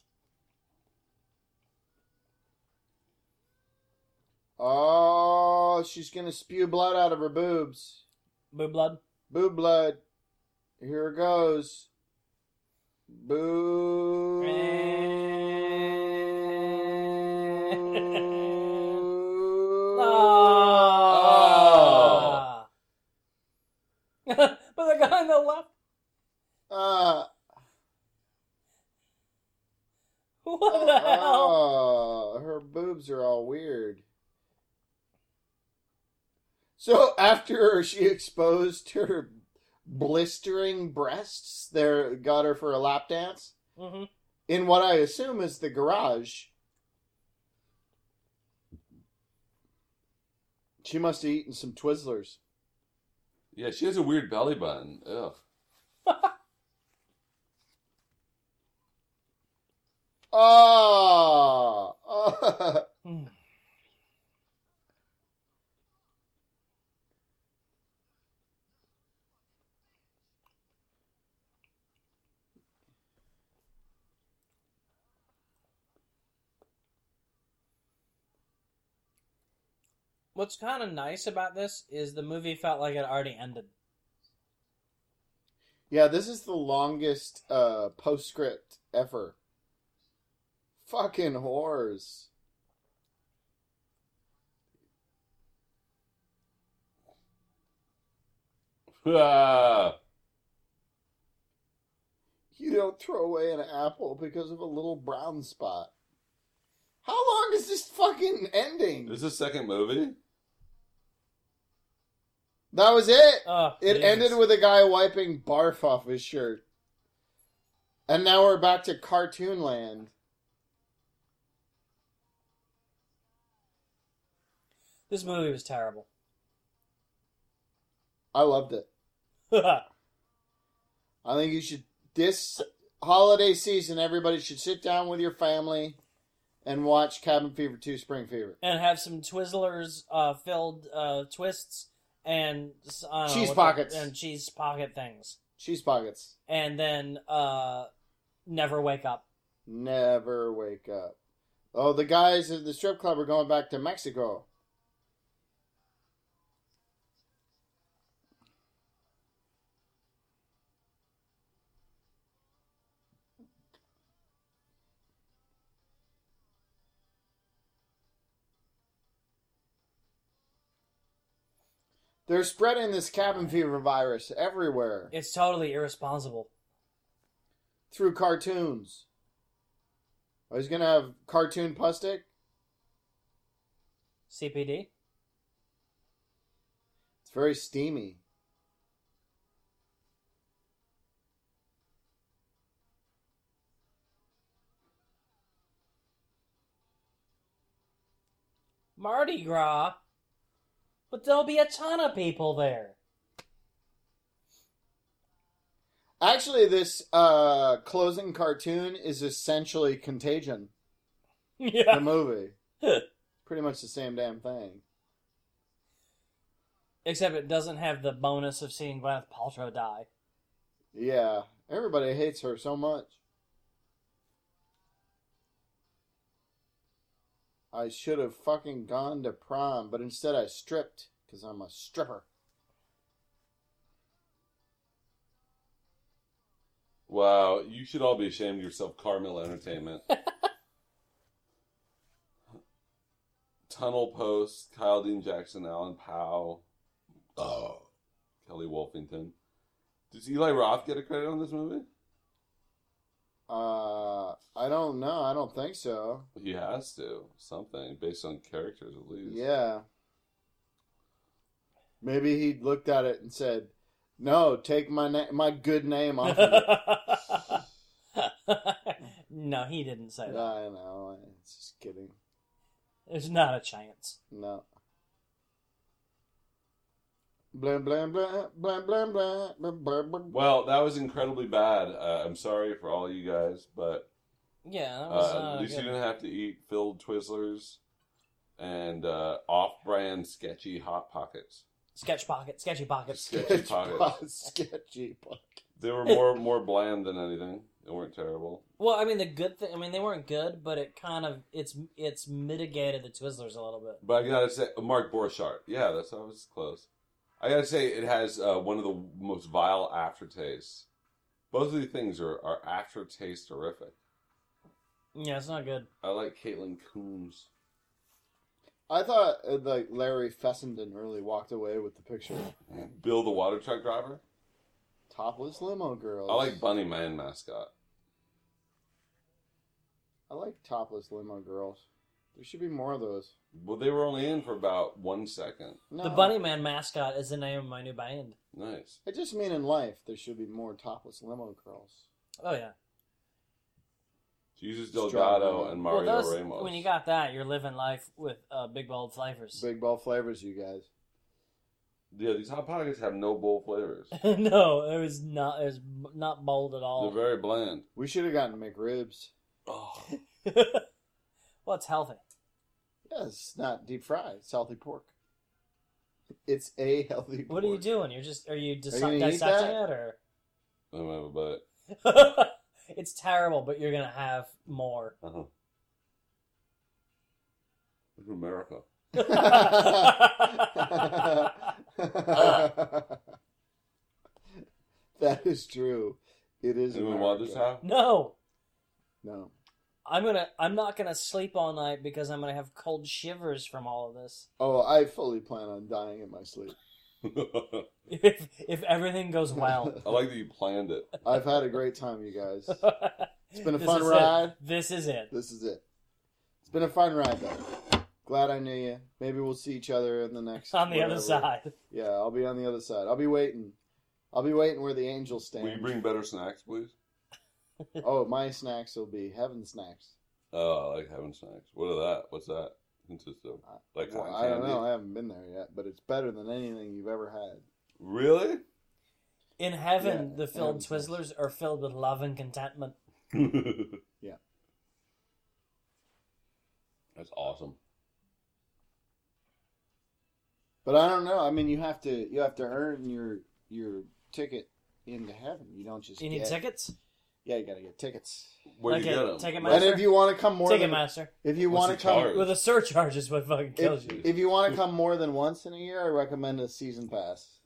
C: Oh, she's gonna spew blood out of her boobs.
A: Boo blood.
C: Boob blood. Here goes. Boo.
A: Ah. but the guy on the left,
C: Uh,
A: what the hell?
C: oh, her boobs are all weird. So after she exposed her blistering breasts, there got her for a lap dance
A: hmm
C: in what I assume is the garage. She must have eaten some Twizzlers.
B: Yeah, she has a weird belly button. Ugh.
C: Oh,
A: Mm. What's kind of nice about this is the movie felt like it already ended.
C: yeah, this is the longest uh, postscript ever. Fucking whores.
B: Ah.
C: You don't throw away an apple because of a little brown spot. How long is this fucking ending?
B: Is this the second movie?
C: That was it.
A: Ugh,
C: It
A: Jesus.
C: ended with a guy wiping barf off his shirt. And now we're back to cartoon land.
A: This movie was terrible.
C: I loved it. I think you should this holiday season. Everybody should sit down with your family and watch Cabin Fever Two: Spring Fever.
A: and have some Twizzlers uh, filled uh, twists and s- I don't know,
C: Cheese
A: what the-
C: pockets.
A: and cheese pocket things,
C: Cheese pockets.
A: and then uh, never wake up.
C: Never wake up. Oh, the guys at the strip club are going back to Mexico. They're spreading this cabin fever virus everywhere
A: It's totally irresponsible.
C: through cartoons. I was gonna have cartoon pustic.
A: CPD.
C: It's very steamy.
A: Mardi Gras. But there'll be a ton of people there.
C: Actually, this uh, closing cartoon is essentially Contagion, the
A: Yeah.
C: movie. Pretty much the same damn thing.
A: Except it doesn't have the bonus of seeing Gwyneth Paltrow die.
C: Yeah, everybody hates her so much. I should have fucking gone to prom, but instead I stripped because I'm a stripper.
B: Wow, you should all be ashamed of yourself, Carmel Entertainment. Tunnel Post, Kyle Dean Jackson, Alan Powell, oh. Kelly Wolfington. Does Eli Roth get a credit on this movie?
C: Uh, I don't know. I don't think so.
B: He has to. Something based on characters, at least.
C: Yeah. Maybe he looked at it and said, "No, take my na- my good name off of it." Uh-huh.
A: no, he didn't say
C: I
A: that.
C: know. It's just kidding.
A: There's not a chance.
C: No. Blah, blah, blah, blah, blah, blah, blah, blah, blah.
B: Well, that was incredibly bad. Uh, I'm sorry for all you guys, but
A: Yeah, that
B: uh,
A: was, uh,
B: at least
A: good.
B: you didn't have to eat filled Twizzlers and uh, off-brand sketchy hot pockets.
A: sketch pocket, sketchy pockets.
B: Sketchy pockets.
C: Sketchy pockets.
B: They were more more bland than anything. They weren't terrible.
A: Well, I mean the good thing. I mean they weren't good, but it kind of it's it's mitigated the Twizzlers a little bit.
B: But I gotta say, uh, Mark Borchardt. Yeah, that's I was close. I gotta say, it has uh, one of the most vile aftertastes. Both of these things are, are aftertaste horrific.
A: Yeah, it's not good.
B: I like Caitlin Coombs.
C: I thought uh, like Larry Fessenden really walked away with the picture.
B: Bill the water truck driver.
C: Topless limo girls.
B: I like Bunny Man mascot.
C: I like topless limo girls. There should be more of those.
B: Well, they were only in for about one second.
C: No,
A: The Bunny Man mascot is the name of my new band.
B: Nice.
C: I just mean in life there should be more topless limo girls.
A: Oh yeah.
B: Jesus
C: Strong
B: Delgado
C: man.
B: and Mario
A: well, those,
B: Ramos.
A: when you got that, you're living life with uh, big bold flavors.
C: Big ball flavors, you guys.
B: yeah, these hot pockets have no bold flavors.
A: no, it was not. It was not bold at
B: They're
A: all.
B: very bland.
C: We should have gotten McRibs.
B: Oh,
A: well, it's healthy.
C: Yes, it's not deep fried. It's healthy pork. It's a healthy.
A: What are you
C: pork.
A: doing? You're just are you, dis-
C: Are you gonna eat
A: dissecting
C: that?
A: it or?
B: I'm gonna have a bite.
A: it's terrible, but you're gonna have more.
B: Uh-huh. Look at America.
C: that is true. It is.
B: Anyone want this
C: America.
B: half?
A: no,
C: No.
A: I'm gonna. I'm not gonna sleep all night because I'm gonna have cold shivers from all of this.
C: Oh, I fully plan on dying in my sleep.
B: I
A: If if everything goes well.
B: like that you planned it.
C: I've had a great time, you guys.
A: it's
C: been a fun ride.
A: This is it.
C: This is it. It's been a fun ride, though. Glad I knew you. Maybe we'll see each other in the next.
A: On the other
C: whatever.
A: side.
C: Yeah, I'll be on the other side. I'll be waiting. I'll be waiting where the angels stand.
B: Will you bring better snacks, please?
C: oh, my snacks will be heaven snacks.
B: Oh, I like having snacks. What are that? What's that consist of? Like
C: Well,
B: cotton
C: I don't
B: candy?
C: know. I haven't been there yet, but it's better than anything you've ever had.
B: Really?
A: In heaven,
C: Yeah,
A: the filled
C: heaven's nice.
A: Twizzlers are filled with love and contentment.
B: yeah.
C: Yeah.
B: That's awesome.
C: But I don't know. I mean, you have to you have to earn your your ticket into heaven. You don't just
A: You need
C: get,
A: tickets?
C: Yeah, you gotta get tickets.
B: Where do
A: Okay,
B: you get them?
A: take it,
C: And
A: Master?
C: if you want to come more
A: Ticket
C: than
A: master.
C: if you
B: What's
C: want
B: the
C: to come
B: charge?
A: Well, the surcharge is what fucking kills
C: if,
A: you.
C: if you want to come more than once in a year, I recommend a season pass.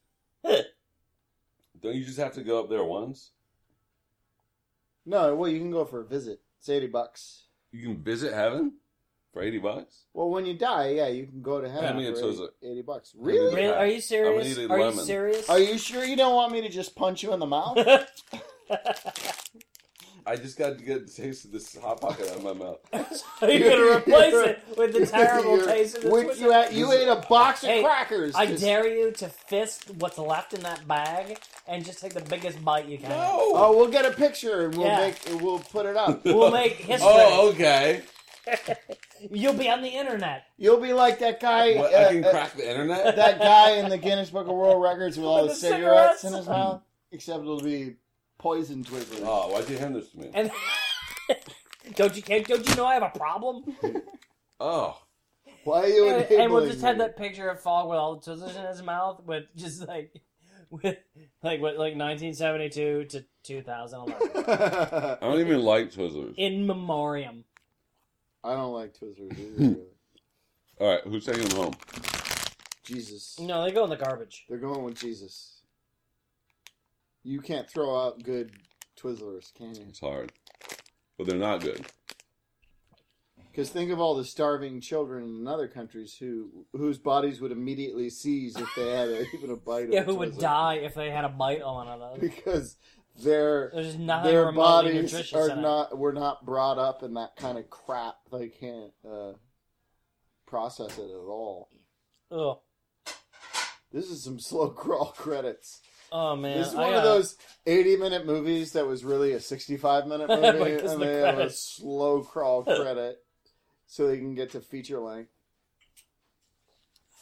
B: Don't you just have to go up there once?
C: No, well, you can go for a visit. It's eighty bucks.
B: You can visit heaven for eighty bucks.
C: Well, when you die, yeah, you can go to heaven
B: me a
C: for 80,
B: Twizzler.
C: 80 bucks.
B: me a
C: Really?
A: Really? Are you serious?
B: need a
A: Are you
B: lemon.
A: serious?
C: Are you sure you don't want me to just punch you in the mouth?
B: I just got to get the taste of this hot pocket out of my mouth.
A: Are you gonna replace it with the terrible
C: You're-
A: taste of this?
C: which
A: Twizzler?
C: you, ate- you ate a box of
A: Hey,
C: crackers.
A: I
C: Just-
A: dare you to fist what's left in that bag and just take the biggest bite you can.
C: Oh, we'll get a picture and we'll
A: Yeah.
C: make we'll put it up.
A: We'll make history.
B: Oh, okay.
A: You'll be on the internet.
C: You'll be like that guy.
B: What,
C: uh,
B: I can
C: uh,
B: crack the internet.
C: that guy in the Guinness Book of World Records with all
A: With
C: the
A: the
C: cigarettes,
A: cigarettes.
C: in his mouth, except it'll be poison Twizzlers.
B: oh, why'd you hand this to me?
A: And don't you care? Don't you know I have a problem?
B: Oh,
C: Why are you
A: And,
C: enabling
A: and we'll just have
C: me?
A: that picture of Fog with all the twizzlers in his mouth, with just like with like what like 1972 to 2011
B: I don't even like Twizzlers.
A: in memoriam.
C: I don't like Twizzlers either. really.
B: All right, who's taking them home?
C: Jesus,
A: No, they go in the garbage.
C: they're going with Jesus. You can't throw out good Twizzlers, can you?
B: It's hard, but they're not good.
C: Because think of all the starving children in other countries who whose bodies would immediately seize if they had a, even a bite.
A: Yeah,
C: of
A: who would
C: Twizzler.
A: die if they had a bite on one of those?
C: Because their
A: There's nothing
C: their
A: remotely
C: bodies
A: nutritious
C: are
A: in it.
C: not were not brought up in that kind of crap. They can't uh, process it at all.
A: Ugh.
C: This is some slow crawl credits.
A: Oh man,
C: this is
A: I
C: one of
A: gotta-
C: those eighty minute movies that was really a sixty five minute movie,
A: Because
C: and
A: the
C: they have a
A: credits.
C: slow crawl credit so they can get to feature length.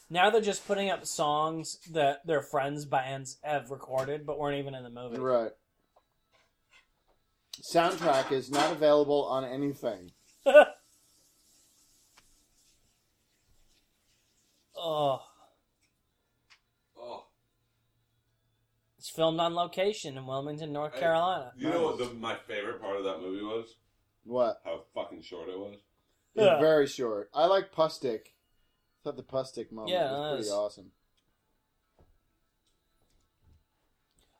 A: Now they're just putting up songs that their friends' bands have recorded, but weren't even in the movie.
C: Right. Soundtrack is not available on anything.
A: Oh,
B: Oh,
A: it's filmed on location in Wilmington, North
B: Hey.
A: Carolina.
B: you know what the, my favorite part of that movie was?
C: What?
B: How fucking short it was.
C: It's
A: Yeah.
C: very short. I like Pustic. thought the Pustic moment
A: Yeah,
C: was
A: that
C: pretty
A: was-
C: awesome.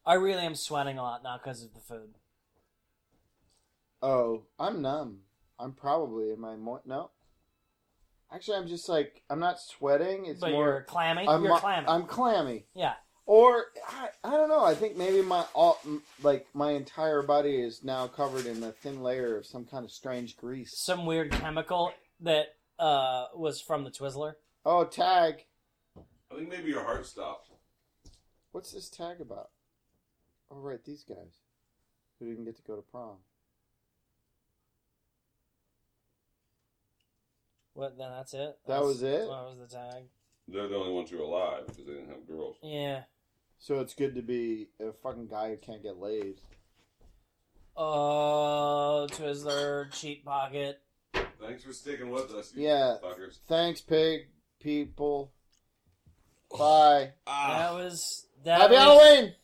A: I really am sweating a lot now because of the food.
C: Oh, I'm numb. I'm probably in my mo- no. Actually, I'm just like I'm not sweating. It's
A: but you're
C: more
A: clammy.
C: I'm
A: you're
C: mo-
A: clammy.
C: I'm clammy.
A: yeah.
C: Or I, I don't know. I think maybe my all m- like my entire body is now covered in a thin layer of some kind of strange grease.
A: Some weird chemical that uh, was from the Twizzler.
C: Oh, tag.
B: I think maybe your heart stopped.
C: What's this tag about? Oh, right, these guys who didn't get to go to prom.
A: What? Then that's it.
C: That was it?
A: That was the tag.
B: They're the only ones who are alive because they didn't have girls.
A: Yeah.
C: So it's good to be a fucking guy who can't get laid.
A: Oh, Twizzler cheat pocket.
B: Thanks for sticking with us, you
C: Yeah.
B: fuckers.
C: Thanks, pig people. Bye.
A: That was that.
C: Happy
A: was-
C: Halloween.